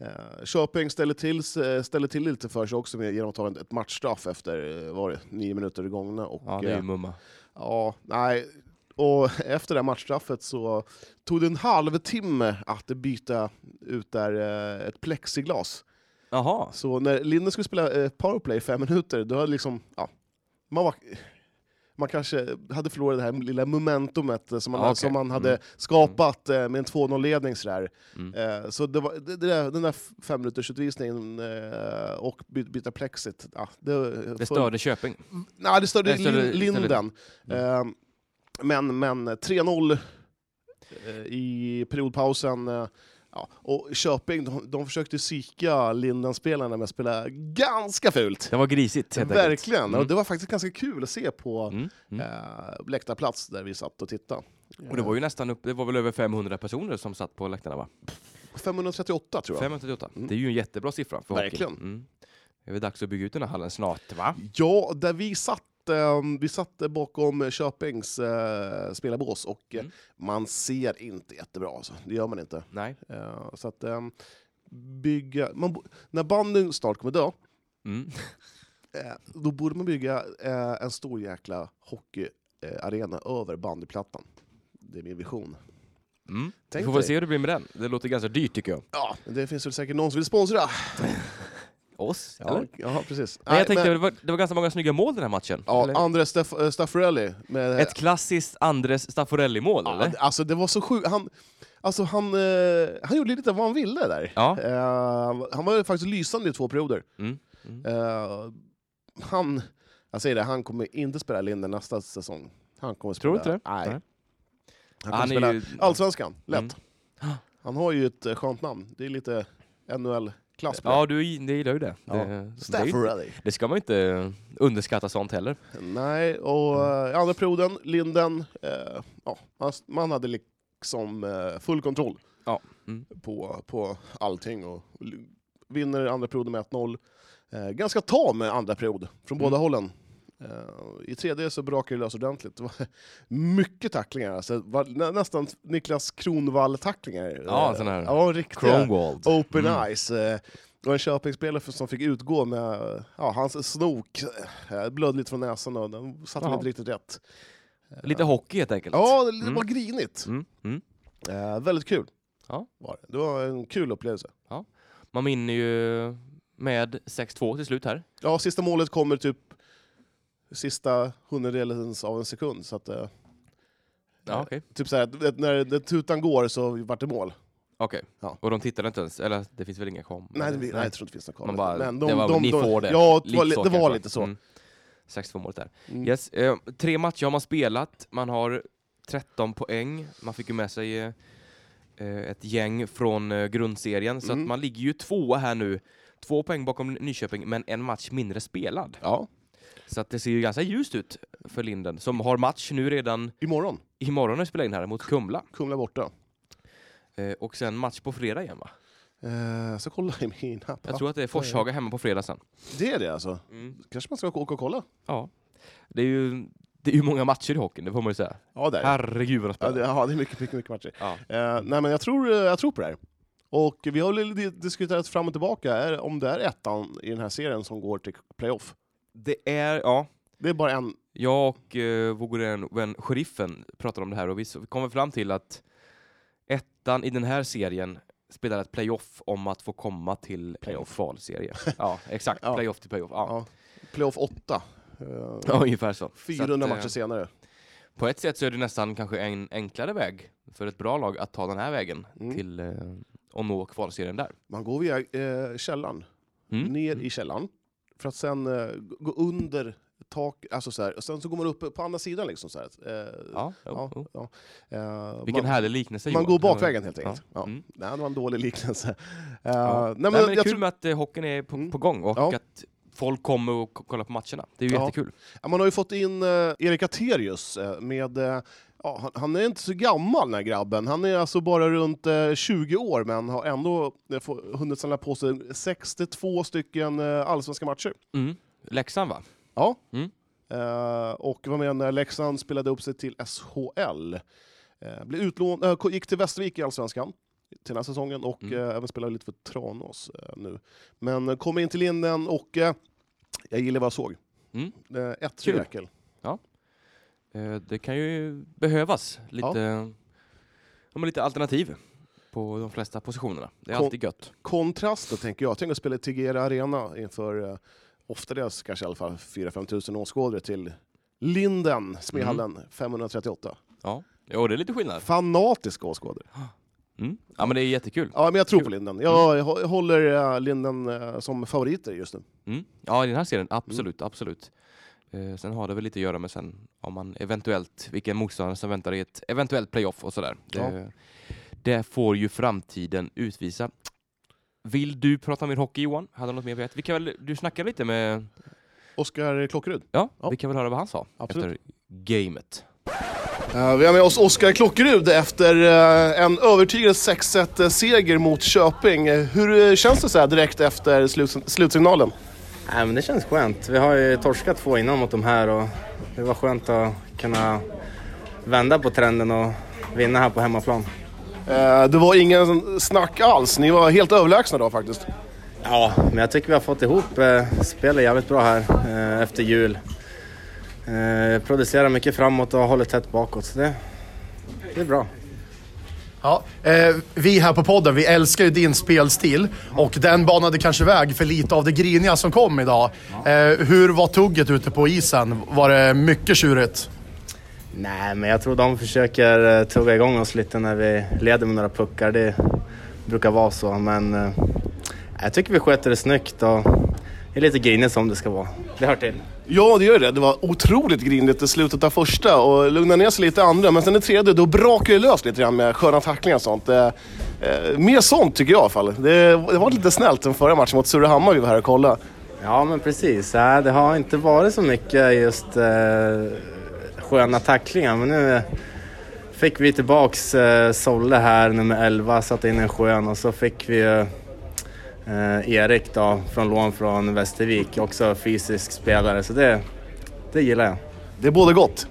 Speaker 2: eh, Köping ställer till, s- eh, ställer till lite för sig också med, genom att ta ett- ett matchstraff efter eh, vad var det, nio minuter gångna. Och,
Speaker 3: Ja, det är
Speaker 2: eh,
Speaker 3: ju mumma.
Speaker 2: Ja, nej. Och efter det här matchstraffet så tog det en halvtimme att byta ut där eh, ett plexiglas.
Speaker 3: Jaha.
Speaker 2: Så när Linden skulle spela eh, powerplay i fem minuter, då hade liksom, ja, man, var, man kanske hade förlorat det här lilla momentumet eh, som man,
Speaker 3: Ah, okej.
Speaker 2: som man hade
Speaker 3: Mm.
Speaker 2: skapat eh, med en 2-0-ledning. sådär.
Speaker 3: Mm.
Speaker 2: Eh, Så det var, det, det där, den där femminutersutvisningen eh, och by, byta plexit, ja, det,
Speaker 3: Det störde Köping.
Speaker 2: Nej, det störde
Speaker 3: Nej, Mm. större-
Speaker 2: Lin- Linden.
Speaker 3: större-
Speaker 2: Ehm, men men 3-0 eh, i periodpausen. eh, Ja, och Köping, de, de försökte psyka Linden-spelarna med att spela ganska fult.
Speaker 3: Det var grisigt helt enkelt.
Speaker 2: Verkligen,
Speaker 3: Mm.
Speaker 2: och det var faktiskt ganska kul att se på
Speaker 3: Mm. Mm.
Speaker 2: eh, läktarplats där vi satt och tittade.
Speaker 3: Och det var ju nästan upp, det var väl över 500 personer som satt på läktarna va?
Speaker 2: 538 Eh, tror jag.
Speaker 3: 538.
Speaker 2: Mm.
Speaker 3: Det är ju en jättebra siffra för
Speaker 2: Verkligen.
Speaker 3: hockeyn. Mm. Det är väl dags att bygga ut den här hallen snart va?
Speaker 2: Ja, där vi satt, eh, vi satt bakom Köpings eh, spelarbås och eh,
Speaker 3: Mm.
Speaker 2: man ser inte jättebra alltså. Det gör man inte.
Speaker 3: Nej.
Speaker 2: Eh, så att ehm, bygga... Man, bo- när banden snart kommer dö,
Speaker 3: Mm.
Speaker 2: eh, då borde man bygga eh, en stor jäkla hockeyarena över bandyplattan. Det är min vision.
Speaker 3: Mm. Vi
Speaker 2: Tänk
Speaker 3: får väl
Speaker 2: dig.
Speaker 3: se hur det blir med den. Det låter ganska dyrt tycker jag.
Speaker 2: Ja, det finns väl säkert någon som vill sponsra.
Speaker 3: Oss? eller?
Speaker 2: Ja, ja precis.
Speaker 3: Nej, jag
Speaker 2: Nej,
Speaker 3: tänkte,
Speaker 2: men-
Speaker 3: det, var, det var ganska många snygga mål den här matchen.
Speaker 2: ja,
Speaker 3: eller?
Speaker 2: Andres Staff, eh, Staffarelli. Med,
Speaker 3: Ett klassiskt Andres Stafforelli-mål
Speaker 2: ja,
Speaker 3: eller?
Speaker 2: alltså det var så sjukt. Han, alltså, han, eh, han gjorde lite vad han ville där.
Speaker 3: Ja.
Speaker 2: Eh, han var ju faktiskt lysande i två perioder.
Speaker 3: Mm. Mm.
Speaker 2: Eh, han, jag säger det, han kommer inte spela Linden nästa säsong. Han kommer
Speaker 3: Tror
Speaker 2: spela,
Speaker 3: du inte det?
Speaker 2: Nej.
Speaker 3: Nej.
Speaker 2: Han kommer
Speaker 3: Han är
Speaker 2: spela
Speaker 3: ju-
Speaker 2: Allsvenskan, lätt.
Speaker 3: Mm.
Speaker 2: Han har ju ett eh, skönt namn. Det är lite NHL-klass på
Speaker 3: Ja, du det gillar ju det.
Speaker 2: Ja.
Speaker 3: Det, det, är ju-
Speaker 2: Staffarelli.
Speaker 3: det ska man ju inte underskatta sånt heller.
Speaker 2: Nej, och
Speaker 3: Mm.
Speaker 2: eh, i andra perioden, Linden, eh, ja, man, man hade liksom eh, full kontroll
Speaker 3: Ja. Mm.
Speaker 2: på, på allting. Och l- vinner andra perioden med 1-0. Eh, ganska tam andra period från
Speaker 3: Mm.
Speaker 2: båda hållen. Eh, I tredje så brakade det lös ordentligt. Det var mycket tacklingar. Alltså, det var nä- nästan Niklas Kronwall-tacklingar.
Speaker 3: Ja,
Speaker 2: Eh,
Speaker 3: sån här
Speaker 2: Ja, riktiga.
Speaker 3: Cromwald.
Speaker 2: Open
Speaker 3: Mm.
Speaker 2: eyes. Eh, Det var en Köpingsspelare för- som fick utgå med eh, ja, hans snok. Eh, Blödde lite från näsan och den satt väl
Speaker 3: Jaha.
Speaker 2: inte riktigt rätt.
Speaker 3: Lite hockey helt enkelt.
Speaker 2: Ja, det
Speaker 3: Mm.
Speaker 2: var grinigt.
Speaker 3: Mm. Mm.
Speaker 2: Eh, väldigt kul.
Speaker 3: Ja.
Speaker 2: Var det. det var en kul upplevelse.
Speaker 3: Man vinner ju med 6-2 till slut här.
Speaker 2: Ja, sista målet kommer typ sista hundradelens av en sekund. Så att, eh,
Speaker 3: Ja, okej.
Speaker 2: typ så här, att- att när det tutan går så vart det mål.
Speaker 3: Okej.
Speaker 2: Ja.
Speaker 3: Och de tittade inte ens, eller det finns väl inga kom?
Speaker 2: Nej, det,
Speaker 3: eller?
Speaker 2: blir- nej, jag tror inte det finns någon
Speaker 3: Man bara,
Speaker 2: kamera. Men de-
Speaker 3: det var,
Speaker 2: de-
Speaker 3: ni
Speaker 2: de-
Speaker 3: får det.
Speaker 2: Ja, det var, li- det var
Speaker 3: kanske.
Speaker 2: lite så.
Speaker 3: Mm. 6-2 målet där.
Speaker 2: Mm.
Speaker 3: Yes. Eh, tre matcher har man spelat, man har 13 poäng, man fick ju med sig eh, eh, ett gäng från eh, grundserien, så
Speaker 2: Mm.
Speaker 3: att man ligger ju tvåa här nu. Två poäng bakom Nyköping, men en match mindre spelad.
Speaker 2: Ja,
Speaker 3: Så att det ser ju ganska ljust ut för Linden, som har match nu redan
Speaker 2: imorgon.
Speaker 3: imorgon när vi spelar in här mot Kumla.
Speaker 2: Kumla borta.
Speaker 3: Eh, och sen match på fredag igen va?
Speaker 2: Eh, så kolla i min app.
Speaker 3: Jag tror att det är Forshaga hemma på fredag sen.
Speaker 2: Det är det alltså. Kanske man ska åka och kolla?
Speaker 3: Ja. Det är ju det är ju många matcher i hockeyn, det får man ju säga.
Speaker 2: Ja, det är det.
Speaker 3: Herregud vad de
Speaker 2: Ja, det,
Speaker 3: spelar.
Speaker 2: ja, det är mycket, mycket, mycket matcher.
Speaker 3: Ja.
Speaker 2: Eh, nej, men jag tror, eh, jag tror på det här. Och vi har väl di- diskuterat fram och tillbaka är, om det är ettan i den här serien som går till playoff.
Speaker 3: Det är, ja.
Speaker 2: Det är bara en...
Speaker 3: Jag och eh, vår goda vän Sheriffen pratade om det här och vi s- vi kom fram till att ettan i den här serien spelar ett playoff om att få komma till playoff kvalserie. Ja, exakt.
Speaker 2: Ja.
Speaker 3: Playoff till playoff. Ja,
Speaker 2: Ja, playoff åtta. Eh,
Speaker 3: ja ungefär så. Så
Speaker 2: 400
Speaker 3: att, eh,
Speaker 2: matcher senare.
Speaker 3: På ett sätt så är det nästan kanske en enklare väg för ett bra lag att ta den här vägen
Speaker 2: Mm.
Speaker 3: till eh, och nå kvalserien där.
Speaker 2: Man går via eh, källaren,
Speaker 3: Mm.
Speaker 2: ner i källaren, för att sen eh, g- gå under tak, alltså så här, och sen så går man upp på andra sidan liksom så här. Eh,
Speaker 3: Ja, jo,
Speaker 2: ja,
Speaker 3: jo.
Speaker 2: ja. Eh,
Speaker 3: Vilken
Speaker 2: man,
Speaker 3: härlig liknelse
Speaker 2: man
Speaker 3: Johan.
Speaker 2: går
Speaker 3: Det var-
Speaker 2: bakvägen helt enkelt. Ja.
Speaker 3: Mm.
Speaker 2: Nej, det var en dålig liknelse. Eh,
Speaker 3: Ja.
Speaker 2: nej, men
Speaker 3: Nej, men det är
Speaker 2: jag
Speaker 3: kul
Speaker 2: tror-
Speaker 3: med att eh, hockeyn är på,
Speaker 2: Mm.
Speaker 3: på gång och
Speaker 2: Ja.
Speaker 3: att folk kommer och k- kollar på matcherna. Det är ju
Speaker 2: Ja.
Speaker 3: jättekul.
Speaker 2: Ja, Man har ju fått in eh, Erik Aterius eh, med... Eh, ja, han, han är inte så gammal den här grabben. Han är alltså bara runt eh, 20 år men har ändå eh, få- hunnit samla på sig 62 stycken eh, allsvenska matcher.
Speaker 3: Mm. Leksand va?
Speaker 2: Ja.
Speaker 3: Mm.
Speaker 2: Eh, och vad menar Leksand spelade upp sig till SHL. Eh, blev utlån, eh, gick till Västervik i Allsvenskan till den här säsongen och
Speaker 3: Mm.
Speaker 2: eh, även spelade lite för Tranås eh, nu. Men eh, kom in till Linden och eh, jag gillar vad jag såg.
Speaker 3: Mm.
Speaker 2: Eh, ett
Speaker 3: Kul.
Speaker 2: mirakel.
Speaker 3: Eh, Det kan ju behövas lite, ja. men lite alternativ på de flesta positionerna. Det är
Speaker 2: Kon-
Speaker 3: alltid gött.
Speaker 2: Kontraster tänker jag. Tänk att spela i Tegera Arena inför, eh, ofta deras kanske i alla fall 4-5 tusen åskådare till Linden, Smedhallen 538.
Speaker 3: Ja, jo, det är lite skillnad.
Speaker 2: Fanatiska åskådare.
Speaker 3: Mm. Ja, men det är jättekul.
Speaker 2: Ja, men jag tror på Linden. Jag hå- håller eh, Linden eh, som favoriter just nu.
Speaker 3: Mm. Ja, i den här serien, absolut, absolut. Eh, sen har det väl lite att göra med sen om man eventuellt, vilken motståndare som väntar i ett eventuellt playoff och sådär. Det, det får ju framtiden utvisa. Vill du prata mer hockey Johan? Hade du något mer på hjärtat? Vi kan väl, du snackade lite med,
Speaker 2: Oskar Klockerud.
Speaker 3: ja,
Speaker 2: Ja.
Speaker 3: vi kan väl höra vad han sa
Speaker 2: Absolut.
Speaker 3: efter gamet.
Speaker 2: Eh, Vi har med oss Oskar Klockerud efter eh, en övertygande 6-1-seger mot Köping. Eh, Hur eh, känns det så här direkt efter sluts- slutsignalen?
Speaker 6: Nej, men det känns skönt. Vi har ju torskat två innan mot de här och det var skönt att kunna vända på trenden och vinna här på hemmaplan.
Speaker 2: Eh, Det var ingen snack alls. Ni var helt överlägsna då faktiskt.
Speaker 6: Ja, men jag tycker vi har fått ihop eh, spelet jävligt bra här eh, efter jul. Eh, producerar mycket framåt och håller tätt bakåt, så det, det är bra.
Speaker 7: Ja, eh, vi här på podden, vi älskar ju din spelstil och den banade kanske väg för lite av det griniga som kom idag. Eh, hur var tugget ute på isen? Var det mycket tjurigt?
Speaker 6: Nej, men jag tror de försöker eh, tugga igång oss lite när vi leder med några puckar. Det brukar vara så, men eh, jag tycker vi sköter det snyggt och är lite griniga som det ska vara. Det hör till.
Speaker 2: Ja, det gör det. Det var otroligt grinigt i slutet av första och lugnade ner sig lite i andra. Men sen i tredje, då brakade det lös lite grann med sköna tacklingar och sånt. Eh, eh, mer sånt tycker jag i alla fall. Det, det var lite snällt den förra matchen mot Surahammar vi var här och kollade.
Speaker 6: Ja, men precis. Ja, Det har inte varit så mycket just eh, sköna tacklingar, men nu fick vi tillbaks eh, Solle här, nummer 11, satte in en skön och så fick vi ju, eh, Erik då, från lån från Västervik, också fysisk spelare, så det, det gillar jag.
Speaker 2: Det är både gott.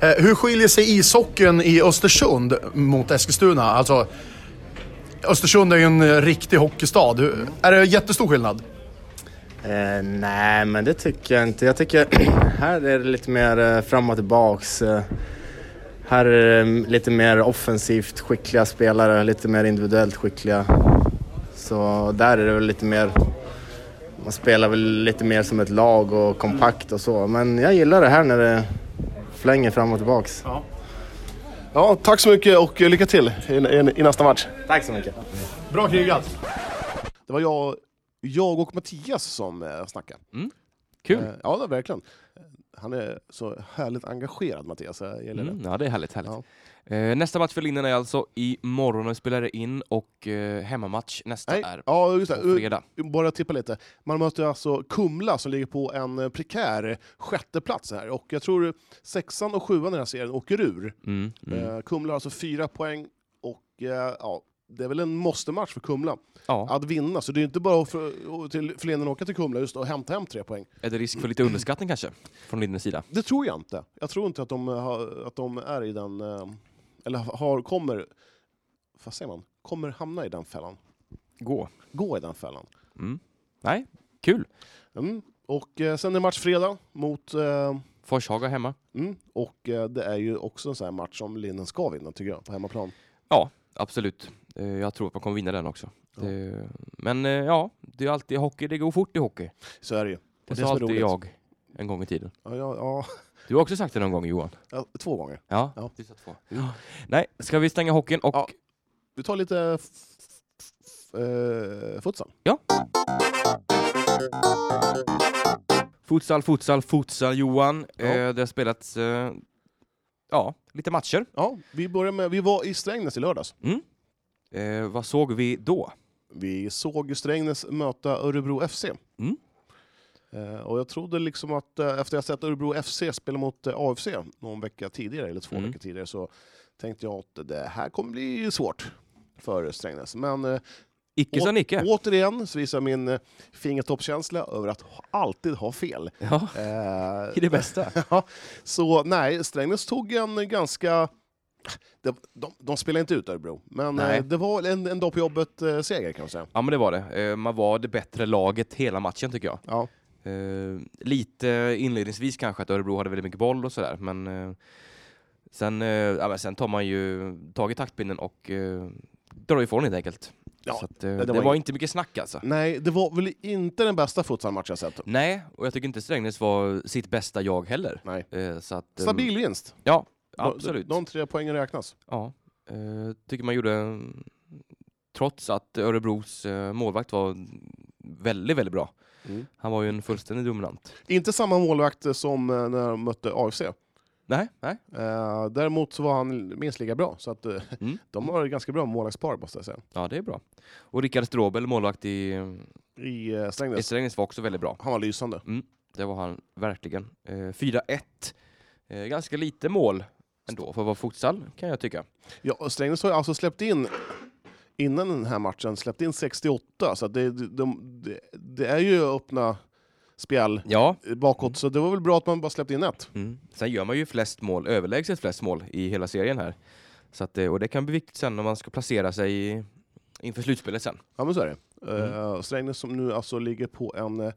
Speaker 7: Eh, hur skiljer sig ishockeyn i Östersund mot Eskilstuna? Alltså, Östersund är ju en riktig hockeystad. Hur- Är det jättestor skillnad?
Speaker 6: Eh, nej, men det tycker jag inte. Jag tycker här är det lite mer eh, fram och tillbaks. Eh, här är det mm, lite mer offensivt skickliga spelare, lite mer individuellt skickliga. Så där är det väl lite mer, man spelar väl lite mer som ett lag och kompakt och så. Men jag gillar det här när det flänger fram och tillbaks.
Speaker 2: Ja, tack så mycket och eh, lycka till i, i, i nästa match.
Speaker 6: Tack så mycket.
Speaker 7: Bra krigat!
Speaker 2: Det var jag, jag och Mattias som eh, snackade.
Speaker 3: Mm. Kul!
Speaker 2: Eh, ja, det, verkligen. Han är så härligt engagerad, Mattias. Jag gillar det.
Speaker 3: Mm, ja, det är härligt. härligt. Eh, nästa match för Linden är alltså imorgon när vi spelar in och eh, hemmamatch nästa
Speaker 2: Nej,
Speaker 3: är på
Speaker 2: ja, just det.
Speaker 3: fredag.
Speaker 2: bara tippa lite. Man möter alltså Kumla som ligger på en eh, prekär sjätteplats här. Och jag tror sexan och sjuan i den här serien åker ur.
Speaker 3: Mm, mm.
Speaker 2: Eh, Kumla har alltså fyra poäng och eh, ja, det är väl en måste-match för Kumla
Speaker 3: Ja,
Speaker 2: att vinna. Så det är ju inte bara för, till, för Linden att åka till Kumla just och hämta hem tre poäng.
Speaker 3: är det risk för lite underskattning kanske? Från Lindens sida?
Speaker 2: Det tror jag inte. Jag tror inte att de, eh, har- att de är i den, eh, eller har, kommer, vad säger man, kommer hamna i den fällan.
Speaker 3: Gå.
Speaker 2: Gå i den fällan.
Speaker 3: Mm. Nej, kul.
Speaker 2: Mm. Och eh, sen är det match fredag mot eh,
Speaker 3: Forshaga hemma.
Speaker 2: Mm. Och eh, det är ju också en sån här match som Linden ska vinna tycker jag, på hemmaplan.
Speaker 3: Ja, absolut. Eh, Jag tror att man kommer vinna den också.
Speaker 2: Ja.
Speaker 3: Det, men eh, ja, det är alltid hockey. Det går fort i hockey.
Speaker 2: Så är det ju.
Speaker 3: Det
Speaker 2: det som
Speaker 3: sa
Speaker 2: är
Speaker 3: alltid
Speaker 2: roligt.
Speaker 3: jag en gång i tiden.
Speaker 2: Ja, ja, ja,
Speaker 3: Du har också sagt det någon gång Johan.
Speaker 2: ja, två gånger.
Speaker 3: Ja,
Speaker 2: Ja.
Speaker 3: du sa två. Ja. Nej, ska vi stänga hockeyn och
Speaker 2: Ja. Vi tar lite f- f- f- eh, futsal.
Speaker 3: futsal, futsal, futsal Johan. Eh, Det har spelats eh, ja, lite matcher.
Speaker 2: Ja, vi, börjar med, vi var i Strängnäs i lördags.
Speaker 3: Eh, vad såg vi då?
Speaker 2: Vi såg Strängnäs möta Örebro FC.
Speaker 3: Mm.
Speaker 2: Eh, och jag trodde liksom att eh, efter jag sett Örebro FC spela mot eh, AFC någon vecka tidigare, eller två
Speaker 3: Mm.
Speaker 2: veckor tidigare, så tänkte jag att det här kommer bli svårt för Strängnäs. Men eh,
Speaker 3: Icke sa Nicke.
Speaker 2: återigen så visar min eh, fingertoppskänsla över att ha- alltid ha fel.
Speaker 3: Ja,
Speaker 2: Eh,
Speaker 3: i det bästa.
Speaker 2: Ja, så nej, Strängnäs tog en ganska... De, de, de spelade inte ut Örebro, men
Speaker 3: Nej.
Speaker 2: eh, det var en, en dag på jobbet-seger kan man säga.
Speaker 3: Ja, men det var det. Eh, Man var det bättre laget hela matchen tycker jag.
Speaker 2: Ja.
Speaker 3: Eh, lite inledningsvis kanske att Örebro hade väldigt mycket boll och sådär, men eh, sen, eh, ja, men sen tar man ju tag i taktpinnen och eh, drar ifrån helt enkelt.
Speaker 2: Ja,
Speaker 3: så att, eh,
Speaker 2: det
Speaker 3: det, var
Speaker 2: var inget-
Speaker 3: inte mycket snack alltså.
Speaker 2: Nej, det var väl inte den bästa futsalmatch jag sett.
Speaker 3: Nej, och jag tycker inte Strängnäs var sitt bästa jag heller.
Speaker 2: Nej.
Speaker 3: Eh, så att, eh,
Speaker 2: Stabil vinst.
Speaker 3: Ja, absolut.
Speaker 2: De, de tre poängen räknas.
Speaker 3: Ja, eh, tycker man gjorde, mm, trots att Örebros eh, målvakt var väldigt, väldigt bra.
Speaker 2: Mm.
Speaker 3: Han var ju en fullständig dominant.
Speaker 2: Inte samma målvakt som eh, när de mötte AFC.
Speaker 3: Nej, nej.
Speaker 2: Eh, däremot så var han minst lika bra, så att, eh,
Speaker 3: Mm.
Speaker 2: de har ett ganska bra målvaktspar måste jag säga.
Speaker 3: Ja, det är bra. Och Rickard Stråbel, målvakt i,
Speaker 2: I eh,
Speaker 3: i
Speaker 2: Strängnäs.
Speaker 3: Strängnäs, var också väldigt bra.
Speaker 2: Han var lysande.
Speaker 3: Det var han verkligen. Eh, 4-1. Eh, ganska lite mål ändå för att vara futsal, kan jag tycka.
Speaker 2: Ja, och Strängnäs har ju alltså släppt in, innan den här matchen, släppt in 68. Så att det, de, det- det är ju öppna spjäll
Speaker 3: Ja.
Speaker 2: bakåt, så det var väl bra att man bara släppte in ett.
Speaker 3: Mm. Sen gör man ju flest mål, överlägset flest mål i hela serien här. Så att, eh, och det kan bli viktigt sen när man ska placera sig i, inför slutspelet sen.
Speaker 2: Ja, men så är det. Eh, Strängnäs som nu alltså ligger på en eh,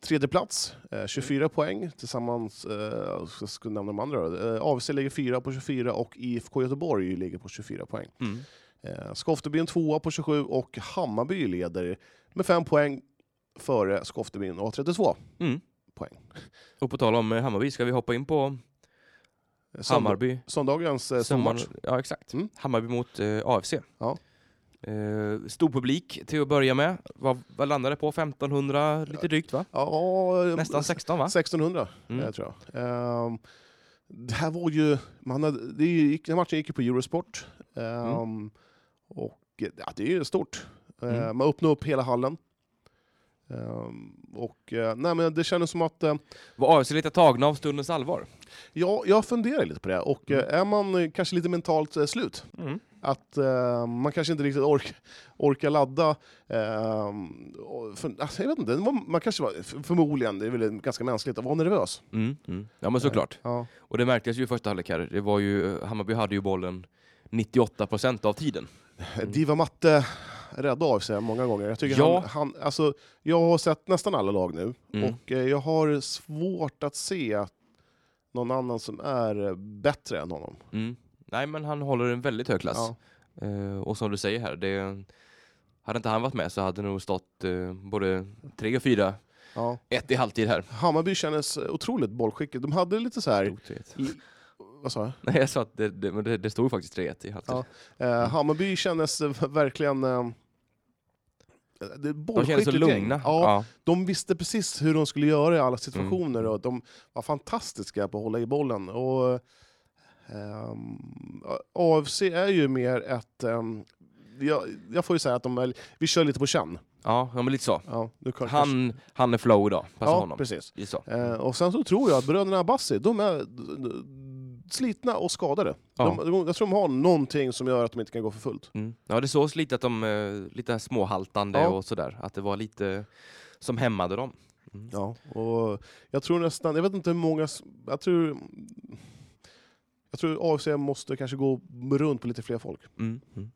Speaker 2: tredje plats, eh, 24 poäng tillsammans, eh, jag ska- ska nämna de andra då. Eh, AFC ligger 4 på 24 och IFK Göteborg ligger på 24 poäng.
Speaker 3: Mm.
Speaker 2: Eh, Skoftebyn tvåa på 27 och Hammarby leder med 5 poäng före Skoftebyn och har 32.
Speaker 3: Mm.
Speaker 2: Poäng.
Speaker 3: Och på tal om eh, Hammarby, ska vi hoppa in på
Speaker 2: Eh, söndag-
Speaker 3: Hammarby?
Speaker 2: Söndagens eh, stormatch.
Speaker 3: Sommar- Ja, exakt.
Speaker 2: Mm.
Speaker 3: Hammarby mot eh, AFC.
Speaker 2: Ja.
Speaker 3: Eh, stor publik till att börja med. Vad, vad landade det på? 1500 lite drygt va?
Speaker 2: Ja, eh,
Speaker 3: Nästan 16 va?
Speaker 2: 1600
Speaker 3: Mm.
Speaker 2: eh, tror jag. Ehm, det här var ju... Man hade, det gick, den matchen gick ju på Eurosport.
Speaker 3: Mm.
Speaker 2: Ehm, Och eh, ja, det är ju stort. Ehm,
Speaker 3: Mm.
Speaker 2: Man öppnade upp hela hallen. Ehm, och eh, nej, men det kändes som att... eh,
Speaker 3: Var AFC lite tagna av stundens allvar?
Speaker 2: ja, jag funderar lite på det. Och
Speaker 3: Mm.
Speaker 2: eh, är man eh, kanske lite mentalt eh, slut att eh, man kanske inte riktigt ork, orkar ladda. Eh, och för, alltså, jag vet inte, det var, man kanske var, f- förmodligen, det är väl ganska mänskligt, att vara nervös.
Speaker 3: Mm. Mm. Ja men såklart.
Speaker 2: Ja.
Speaker 3: Och det märktes ju i första halvlek här. Det var ju, eh, Hammarby hade ju bollen 98% av tiden.
Speaker 2: Diva Matte räddade av sig många gånger. Jag, tycker
Speaker 3: Mm. Ja.
Speaker 2: han, han, alltså, jag har sett nästan alla lag nu
Speaker 3: Mm.
Speaker 2: och eh, jag har svårt att se någon annan som är eh, bättre än honom.
Speaker 3: Mm. Nej men han håller en väldigt hög klass.
Speaker 2: Ja.
Speaker 3: Eh, och som du säger här, det, hade inte han varit med så hade det nog stått eh, både 3 och 4,
Speaker 2: Ja.
Speaker 3: 1 i halvtid här.
Speaker 2: Hammarby kändes otroligt bollskickligt. De hade lite så här...
Speaker 3: Stort tret.
Speaker 2: Vad sa jag?
Speaker 3: Nej jag sa att det, det, men det, det stod faktiskt 3-1 i halvtid.
Speaker 2: Ja. Eh,
Speaker 3: Mm.
Speaker 2: Hammarby kändes eh, verkligen... Eh, det är
Speaker 3: De kändes så
Speaker 2: bollskickligt gäng.
Speaker 3: lugna.
Speaker 2: Ja,
Speaker 3: Ja. Mm.
Speaker 2: De visste precis hur de skulle göra i alla situationer och de var fantastiska på att hålla i bollen. Och, ehm, AFC är ju mer ett... ehm, jag, jag får ju säga att de är, vi kör lite på känn.
Speaker 3: Ja, ja, men lite så.
Speaker 2: Ja, du kan-
Speaker 3: Han, han är flow idag, passar
Speaker 2: ja,
Speaker 3: honom.
Speaker 2: precis.
Speaker 3: Precis. Så.
Speaker 2: Eh, och sen så tror jag att bröderna Abassi, de är eh, slitna och skadade.
Speaker 3: Ja.
Speaker 2: De, de, jag tror de har någonting som gör att de inte kan gå för fullt.
Speaker 3: Mm. Ja, det sågs lite att de, eh, lite småhaltande
Speaker 2: Ja.
Speaker 3: och sådär. Att det var lite som hämmade dem.
Speaker 2: Ja, och jag tror nästan, jag vet inte hur många, s- jag tror... Jag tror AFC måste kanske gå runt på lite fler folk.
Speaker 3: Mm. Mm.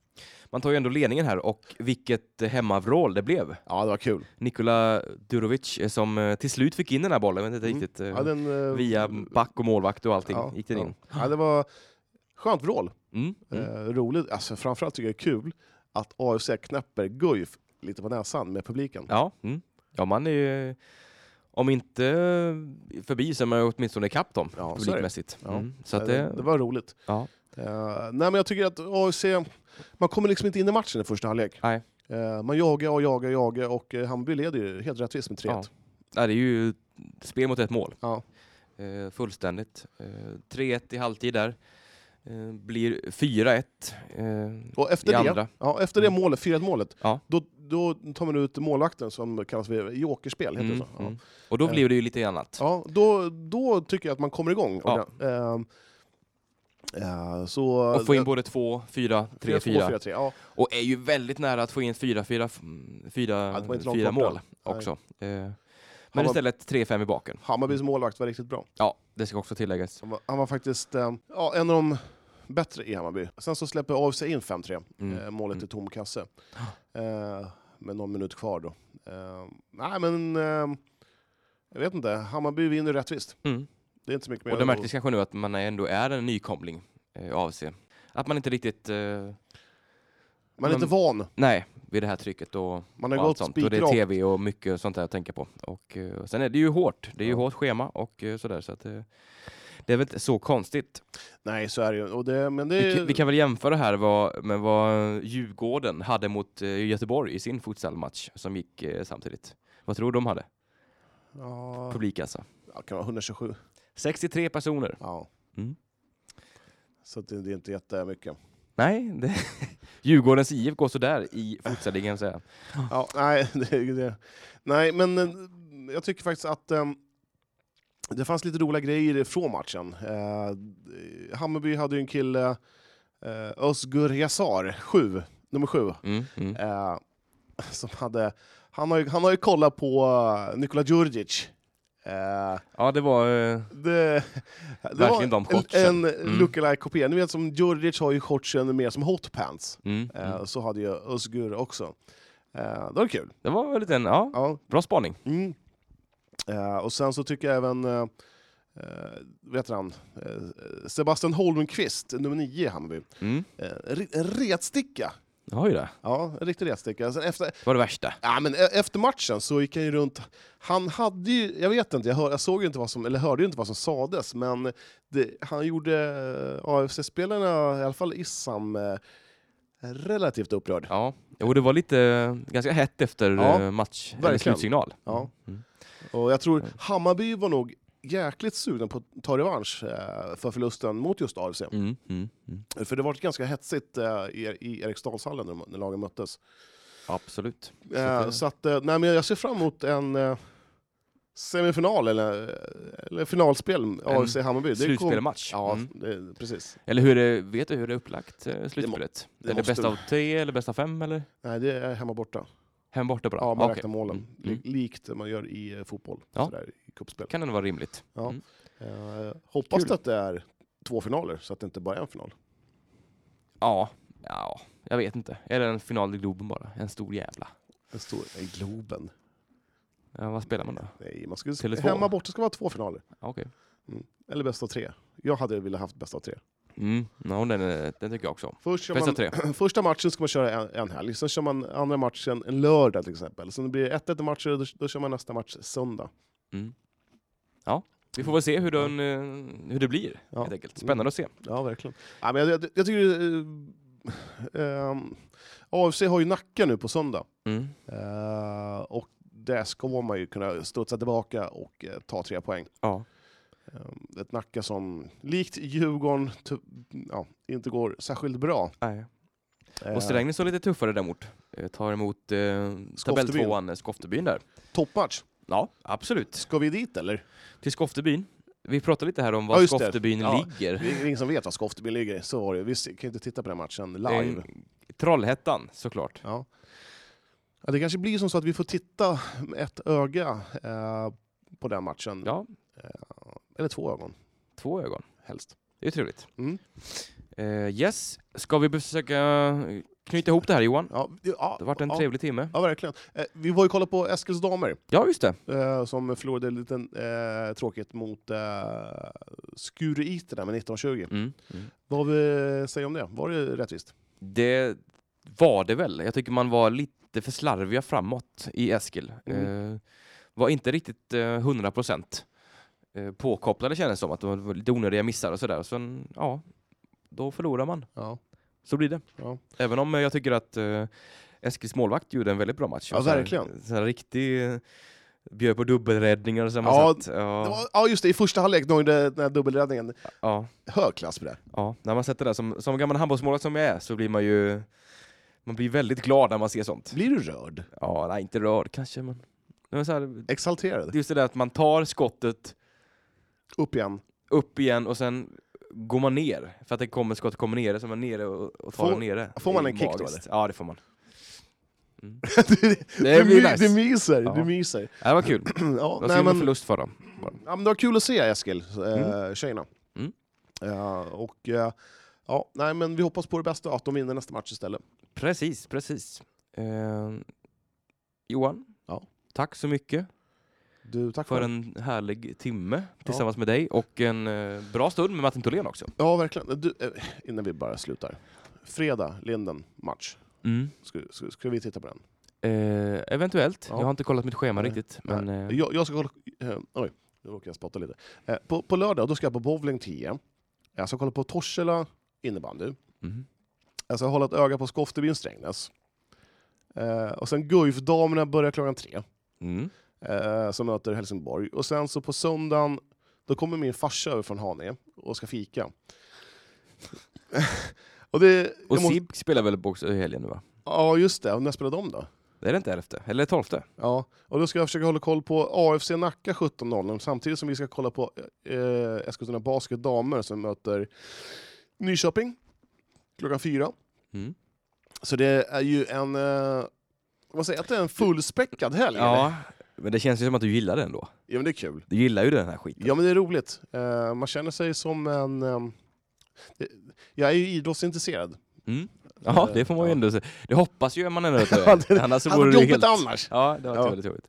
Speaker 3: Man tar ju ändå ledningen här och vilket eh, hemmavrål det blev.
Speaker 2: Ja, det var kul.
Speaker 3: Nikola Durovic eh, som eh, till slut fick in den här bollen, jag vet inte
Speaker 2: Mm.
Speaker 3: riktigt. eh,
Speaker 2: Ja, den, eh,
Speaker 3: Via back och målvakt och allting
Speaker 2: ja,
Speaker 3: gick den
Speaker 2: ja.
Speaker 3: in.
Speaker 2: Ja, det var skönt vrål.
Speaker 3: Mm. Mm.
Speaker 2: Eh, roligt. Alltså, framförallt tycker jag det är kul att AFC knäpper Guif lite på näsan med publiken.
Speaker 3: Ja, mm. ja, man är ju, om inte förbi så är man ju åtminstone ikapp dem
Speaker 2: Ja, så är det.
Speaker 3: publikmässigt.
Speaker 2: Ja.
Speaker 3: Mm. Så att
Speaker 2: Eh, det,
Speaker 3: det,
Speaker 2: var roligt.
Speaker 3: ja.
Speaker 2: Eh, nej, men jag tycker att AFC, man kommer liksom inte in i matchen i första halvlek.
Speaker 3: Nej.
Speaker 2: Eh, man jagar och jagar och jagar och eh, Hammarby leder ju helt rättvist med 3-1.
Speaker 3: Ja. Ja, det är ju spel mot ett mål.
Speaker 2: Ja.
Speaker 3: Eh, fullständigt. Eh, 3-1 i halvtid där. Eh, blir 4-1 eh,
Speaker 2: Och efter
Speaker 3: i
Speaker 2: det,
Speaker 3: andra. Mm.
Speaker 2: Ja, efter det målet, 4-1 målet,
Speaker 3: Ja.
Speaker 2: då, då tar man ut målvakten som kallas för jokerspel. Heter
Speaker 3: Mm,
Speaker 2: det så? Ja. Eh.
Speaker 3: mm. Och då blir det ju lite annat.
Speaker 2: Ja, då, då tycker jag att man kommer igång.
Speaker 3: Ja.
Speaker 2: Ehm, eh, så,
Speaker 3: Och få in både 2, 4, 3, 4.
Speaker 2: 3-4-3. Ja,
Speaker 3: Och är ju väldigt nära att få in 4, 4,
Speaker 2: Ja,
Speaker 3: 4,
Speaker 2: det var inte långt
Speaker 3: 4
Speaker 2: borta.
Speaker 3: mål
Speaker 2: Nej.
Speaker 3: också. Eh,
Speaker 2: var-
Speaker 3: Men istället 3-5 i baken.
Speaker 2: Hammarbys målvakt var riktigt bra.
Speaker 3: Ja, det ska också tilläggas.
Speaker 2: Han var, han var faktiskt eh, ja, en av de bättre i Hammarby. Sen så släpper AFC in 5-3.
Speaker 3: Mm. Ah.
Speaker 2: Eh, målet
Speaker 3: Mm.
Speaker 2: i tom kasse. Eh, med någon minut kvar då. Eh, nej men, eh, jag vet inte. Hammarby vinner rättvist.
Speaker 3: Mm.
Speaker 2: Det är inte så mycket mer.
Speaker 3: Och det
Speaker 2: att-
Speaker 3: märktes kanske nu att man ändå är en nykomling eh, av sig. Att man inte riktigt, eh,
Speaker 2: Man är inte van.
Speaker 3: nej, vid det här trycket och, Mm. och
Speaker 2: Man har
Speaker 3: allt
Speaker 2: gått
Speaker 3: sånt. Och det är
Speaker 2: spikrakt.
Speaker 3: tv och mycket sånt där att tänka på. Och eh, sen är det ju hårt. Det är ju hårt schema och eh, sådär. Så att, eh, det är väl inte så konstigt.
Speaker 2: Nej, så är det ju. Och det, men det,
Speaker 3: Vi, kan- vi kan väl jämföra här vad, med vad Djurgården hade mot eh, Göteborg i sin futsalmatch som gick eh, samtidigt. Vad tror du de hade?
Speaker 2: ja,
Speaker 3: Publik alltså.
Speaker 2: ja, kan vara 127.
Speaker 3: 63 personer.
Speaker 2: Ja.
Speaker 3: Mm.
Speaker 2: Så att det, det är inte jättemycket.
Speaker 3: Nej, det... Djurgårdens IF går sådär i futsal, det kan jag säga.
Speaker 2: Ja, nej, det, det. nej, men eh, jag tycker faktiskt att eh, det fanns lite roliga grejer från matchen. Eh, Hammarby hade ju en kille, eh, Özgur Yazar, sju, nummer sju,
Speaker 3: Mm, mm.
Speaker 2: eh, som hade, han, har ju, han har ju kollat på eh, Nikola Djurdjic. Eh,
Speaker 3: Ja, det var... eh,
Speaker 2: det, det
Speaker 3: Verkligen de shortsen.
Speaker 2: en, en
Speaker 3: Mm.
Speaker 2: lookalike kopia. Ni vet som Djurdjic har ju shortsen mer som hotpants.
Speaker 3: Mm,
Speaker 2: Eh,
Speaker 3: mm.
Speaker 2: Så hade ju Özgur också. Eh, det var kul.
Speaker 3: Det var väl en liten, ja,
Speaker 2: Ja,
Speaker 3: bra spaning.
Speaker 2: Mm. Eh, och sen så tycker jag även, eh, eh, vet han, eh, Sebastian Holmqvist, nummer 9 i Hammarby.
Speaker 3: Mm.
Speaker 2: Eh, ri- en retsticka!
Speaker 3: Det har ju det.
Speaker 2: Ja, en riktig retsticka. Sen efter,
Speaker 3: Det var det värsta.
Speaker 2: ja, men e- efter matchen så gick han ju runt, han hade ju, jag vet inte, jag, hör, jag såg ju inte vad som, eller hörde ju inte vad som sades, men det, han gjorde eh, AFC-spelarna, i alla fall Issam, eh, relativt upprörd.
Speaker 3: Ja. Jo, det var lite, eh, ganska hett efter
Speaker 2: Ja,
Speaker 3: eh, match, eller
Speaker 2: verkligen.
Speaker 3: slutsignal.
Speaker 2: Ja.
Speaker 3: Mm.
Speaker 2: Och jag tror Hammarby var nog jäkligt sugna på att ta revansch eh, för förlusten mot just AFC.
Speaker 3: Mm, mm, mm.
Speaker 2: För det var ganska hetsigt eh, i, i Eriksdalshallen när, de- när lagen möttes.
Speaker 3: Absolut. Så att
Speaker 2: Eh,
Speaker 3: det-
Speaker 2: Så att, eh, nej, men jag ser fram emot en eh, semifinal eller, eh, eller finalspel AFC-Hammarby. Det kom-
Speaker 3: Slutspelmatch.
Speaker 2: Ja,
Speaker 3: Mm.
Speaker 2: det, precis.
Speaker 3: Eller hur är, vet du hur det är upplagt, eh, slutspelet?
Speaker 2: det
Speaker 3: är det
Speaker 2: måste
Speaker 3: bäst av tre eller bäst av fem eller?
Speaker 2: Nej, det är hemma borta.
Speaker 3: Hem borta bara?
Speaker 2: Ja, man
Speaker 3: Okej.
Speaker 2: räknar målen.
Speaker 3: Mm,
Speaker 2: Li-
Speaker 3: mm.
Speaker 2: Likt det man gör i eh, fotboll,
Speaker 3: Ja.
Speaker 2: sådär, i cupspel.
Speaker 3: Kan ändå vara rimligt.
Speaker 2: Ja.
Speaker 3: Mm.
Speaker 2: Eh, hoppas
Speaker 3: Kul.
Speaker 2: att det är två finaler, så att det inte bara är en final.
Speaker 3: Ja, ja, jag vet inte. Är det en final i Globen bara? En stor jävla.
Speaker 2: En stor, i Globen.
Speaker 3: Ja, vad spelar man då?
Speaker 2: Nej, man skulle,
Speaker 3: Tele2.
Speaker 2: hemma borta ska vara två finaler.
Speaker 3: Ja, Okej.
Speaker 2: Eller bäst av tre. Jag hade velat haft bäst av tre.
Speaker 3: Mm. No, den, är- den tycker jag också om.
Speaker 2: Först kör
Speaker 3: Bäst av
Speaker 2: man,
Speaker 3: tre.
Speaker 2: första matchen ska man köra en, en helg, sen kör man andra matchen en lördag till exempel. Sen blir det 1-1 matcher och då, då kör man nästa match söndag.
Speaker 3: Vi får väl se hur, den, eh, hur det blir,
Speaker 2: Ja.
Speaker 3: helt enkelt. Spännande att se.
Speaker 2: Ja, verkligen. Ja, men jag, jag, jag tycker... eh, ehm, AFC har ju Nacka nu på söndag.
Speaker 3: Mm.
Speaker 2: Eh, och där ska man ju kunna studsa tillbaka och eh, ta tre poäng.
Speaker 3: Ja.
Speaker 2: Eh, ett Nacka som, likt Djurgården, ty- ja, inte går särskilt bra.
Speaker 3: Nej.
Speaker 2: Eh,
Speaker 3: Och Strängnäs är lite tuffare däremot. Eh, Tar emot eh, tabelltvåan eh, Skoftebyn där.
Speaker 2: Toppmatch.
Speaker 3: Ja, absolut.
Speaker 2: Ska vi dit eller?
Speaker 3: Till Skoftebyn. Vi pratade lite här om var
Speaker 2: Ja, just det.
Speaker 3: Skoftebyn
Speaker 2: Ja.
Speaker 3: ligger.
Speaker 2: Det är ingen som vet var Skoftebyn ligger, så var det. Vi kan ju inte titta på den matchen
Speaker 3: Det är
Speaker 2: live.
Speaker 3: en- Eh, Trollhättan såklart.
Speaker 2: Ja. Ja, det kanske blir som så att vi får titta med ett öga eh, på den matchen.
Speaker 3: Ja,
Speaker 2: Eller två ögon,
Speaker 3: två ögon.
Speaker 2: helst.
Speaker 3: Det är trevligt.
Speaker 2: Mm.
Speaker 3: Eh, yes, ska vi försöka knyta ihop det här Johan?
Speaker 2: Ja, ja,
Speaker 3: Det har varit en
Speaker 2: ja,
Speaker 3: trevlig timme.
Speaker 2: Ja, verkligen. Eh, vi var ju kolla på Eskils damer,
Speaker 3: Ja, just det.
Speaker 2: eh, som förlorade lite eh, tråkigt mot eh, Skureiterna med 19-20.
Speaker 3: Mm. Mm.
Speaker 2: Vad vi säger om det? Var det rättvist?
Speaker 3: Det var det väl. Jag tycker man var lite för slarviga framåt i Eskil.
Speaker 2: Mm.
Speaker 3: Eh, var inte riktigt eh, 100 procent eh, påkopplade kändes det som. Att det var lite onödiga missar och sådär. Sen, ja, då förlorar man.
Speaker 2: Ja,
Speaker 3: Så blir det.
Speaker 2: Ja.
Speaker 3: Även om eh, jag tycker att eh, Eskils målvakt gjorde en väldigt bra match.
Speaker 2: Ja,
Speaker 3: Och så här-
Speaker 2: verkligen.
Speaker 3: Så här riktig... eh, Bjöd på dubbelräddningar och så här
Speaker 2: Ja,
Speaker 3: man satt, ja,
Speaker 2: Det var, ja just det, i första halvlek, då gjorde den här dubbelräddningen.
Speaker 3: ja,
Speaker 2: Hög klass på det.
Speaker 3: ja. När man sätter det där som, som gammal handbollsmålvakt som jag är så blir man ju Man blir väldigt glad när man ser sånt.
Speaker 2: Blir du rörd?
Speaker 3: Ja, nej, inte rörd kanske, men... Det var så här, det
Speaker 2: Exalterad?
Speaker 3: är just det där att man tar skottet
Speaker 2: Upp igen?
Speaker 3: upp igen och sen går man ner. För att det kommer skott, kommer ner, så är man nere och, och tar
Speaker 2: Får-
Speaker 3: den nere.
Speaker 2: får
Speaker 3: Det är
Speaker 2: man en kick då,
Speaker 3: magiskt. Ja, det får man.
Speaker 2: du,
Speaker 3: Det
Speaker 2: my-
Speaker 3: blir nice.
Speaker 2: du myser,
Speaker 3: Ja.
Speaker 2: du myser.
Speaker 3: Ja, det var kul.
Speaker 2: ja,
Speaker 3: Det var
Speaker 2: nej,
Speaker 3: synd med
Speaker 2: men,
Speaker 3: förlust för dem.
Speaker 2: ja, men det var kul att se Eskil, eh, tjejerna.
Speaker 3: Mm.
Speaker 2: Eh, och, eh, ja, nej, men vi hoppas på det bästa, att de vinner nästa match istället.
Speaker 3: Precis, precis. Eh, Johan,
Speaker 2: Ja.
Speaker 3: tack så mycket
Speaker 2: Du, tack
Speaker 3: för
Speaker 2: för det.
Speaker 3: en härlig timme tillsammans med dig och en eh, bra stund med Martin Tholén också.
Speaker 2: Ja, verkligen. Du, eh, innan vi bara slutar. Fredag, Linden, match. Ska, ska, ska vi titta på den?
Speaker 3: Eh, eventuellt.
Speaker 2: Ja.
Speaker 3: Jag har inte kollat mitt schema
Speaker 2: Nej.
Speaker 3: riktigt. Men, eh,
Speaker 2: Jag, jag ska kolla... Eh, oj, nu råkade jag spotta lite. Eh, på, på lördag, då ska jag på bowling 10. Jag ska kolla på Torshälla innebandy.
Speaker 3: mhm.
Speaker 2: Jag ska Alltså, hålla ett öga på Skoftebyn Strängnäs. Eh, och sen Guif-damerna börjar klockan tre.
Speaker 3: mm.
Speaker 2: eh, som möter Helsingborg. Och sen så på söndagen, då kommer min farsa över från Haninge och ska fika. och det,
Speaker 3: Och
Speaker 2: jag måste-
Speaker 3: Sib spelar väl också i helgen nu va?
Speaker 2: Ja, just det. Och När spelar de då?
Speaker 3: Det är det inte elfte? Eller tolfte?
Speaker 2: Ja, och då ska jag försöka hålla koll på AFC Nacka 17.00 samtidigt som vi ska kolla på eh, Eskilstuna Basket Damer som möter Nyköping klockan fyra.
Speaker 3: Mm.
Speaker 2: Så det är ju en, eh, vad säger jag, att det är en fullspäckad helg. eller?
Speaker 3: Ja, men det känns ju som att du gillar den då.
Speaker 2: ja, men det är kul.
Speaker 3: Du gillar ju den här skiten.
Speaker 2: Ja men det är roligt. Eh, man känner sig som en... ehm, det- jag är ju idrottsintresserad.
Speaker 3: Mm. Ja, det får man ju
Speaker 2: Ja.
Speaker 3: ändå säga. Det hoppas ju man ändå att du
Speaker 2: Ja,
Speaker 3: är.
Speaker 2: det-
Speaker 3: Annars
Speaker 2: Hade
Speaker 3: vore
Speaker 2: varit
Speaker 3: det ju
Speaker 2: jobbigt
Speaker 3: helt...
Speaker 2: annars!
Speaker 3: Ja, det var
Speaker 2: Ja.
Speaker 3: väldigt jobbigt.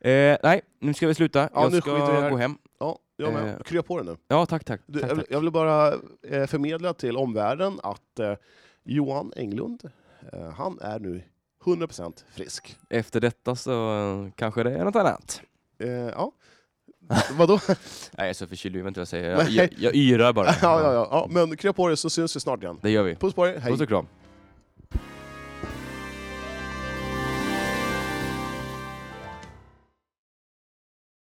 Speaker 3: Eh, nej, nu ska vi sluta.
Speaker 2: Ja, nu
Speaker 3: jag
Speaker 2: skiter vi i det
Speaker 3: ska
Speaker 2: här.
Speaker 3: gå hem.
Speaker 2: Ja, jag med.
Speaker 3: Eh.
Speaker 2: Krya på det nu.
Speaker 3: Ja, tack, tack.
Speaker 2: Du,
Speaker 3: tack,
Speaker 2: jag, vill,
Speaker 3: tack.
Speaker 2: jag vill bara eh, förmedla till omvärlden att eh, Johan Englund, eh, han är nu 100% frisk.
Speaker 3: Efter detta så eh, kanske det är något annat.
Speaker 2: Eh, ja. Vadå?
Speaker 3: Nej, jag är så förkyld, jag vet inte vad jag säger.
Speaker 2: Nej.
Speaker 3: Jag, jag, jag yrar bara.
Speaker 2: ja, ja, ja, ja. Men krya på det så syns vi snart igen.
Speaker 3: Det gör vi.
Speaker 2: Puss på er, hej!
Speaker 3: Puss och kram.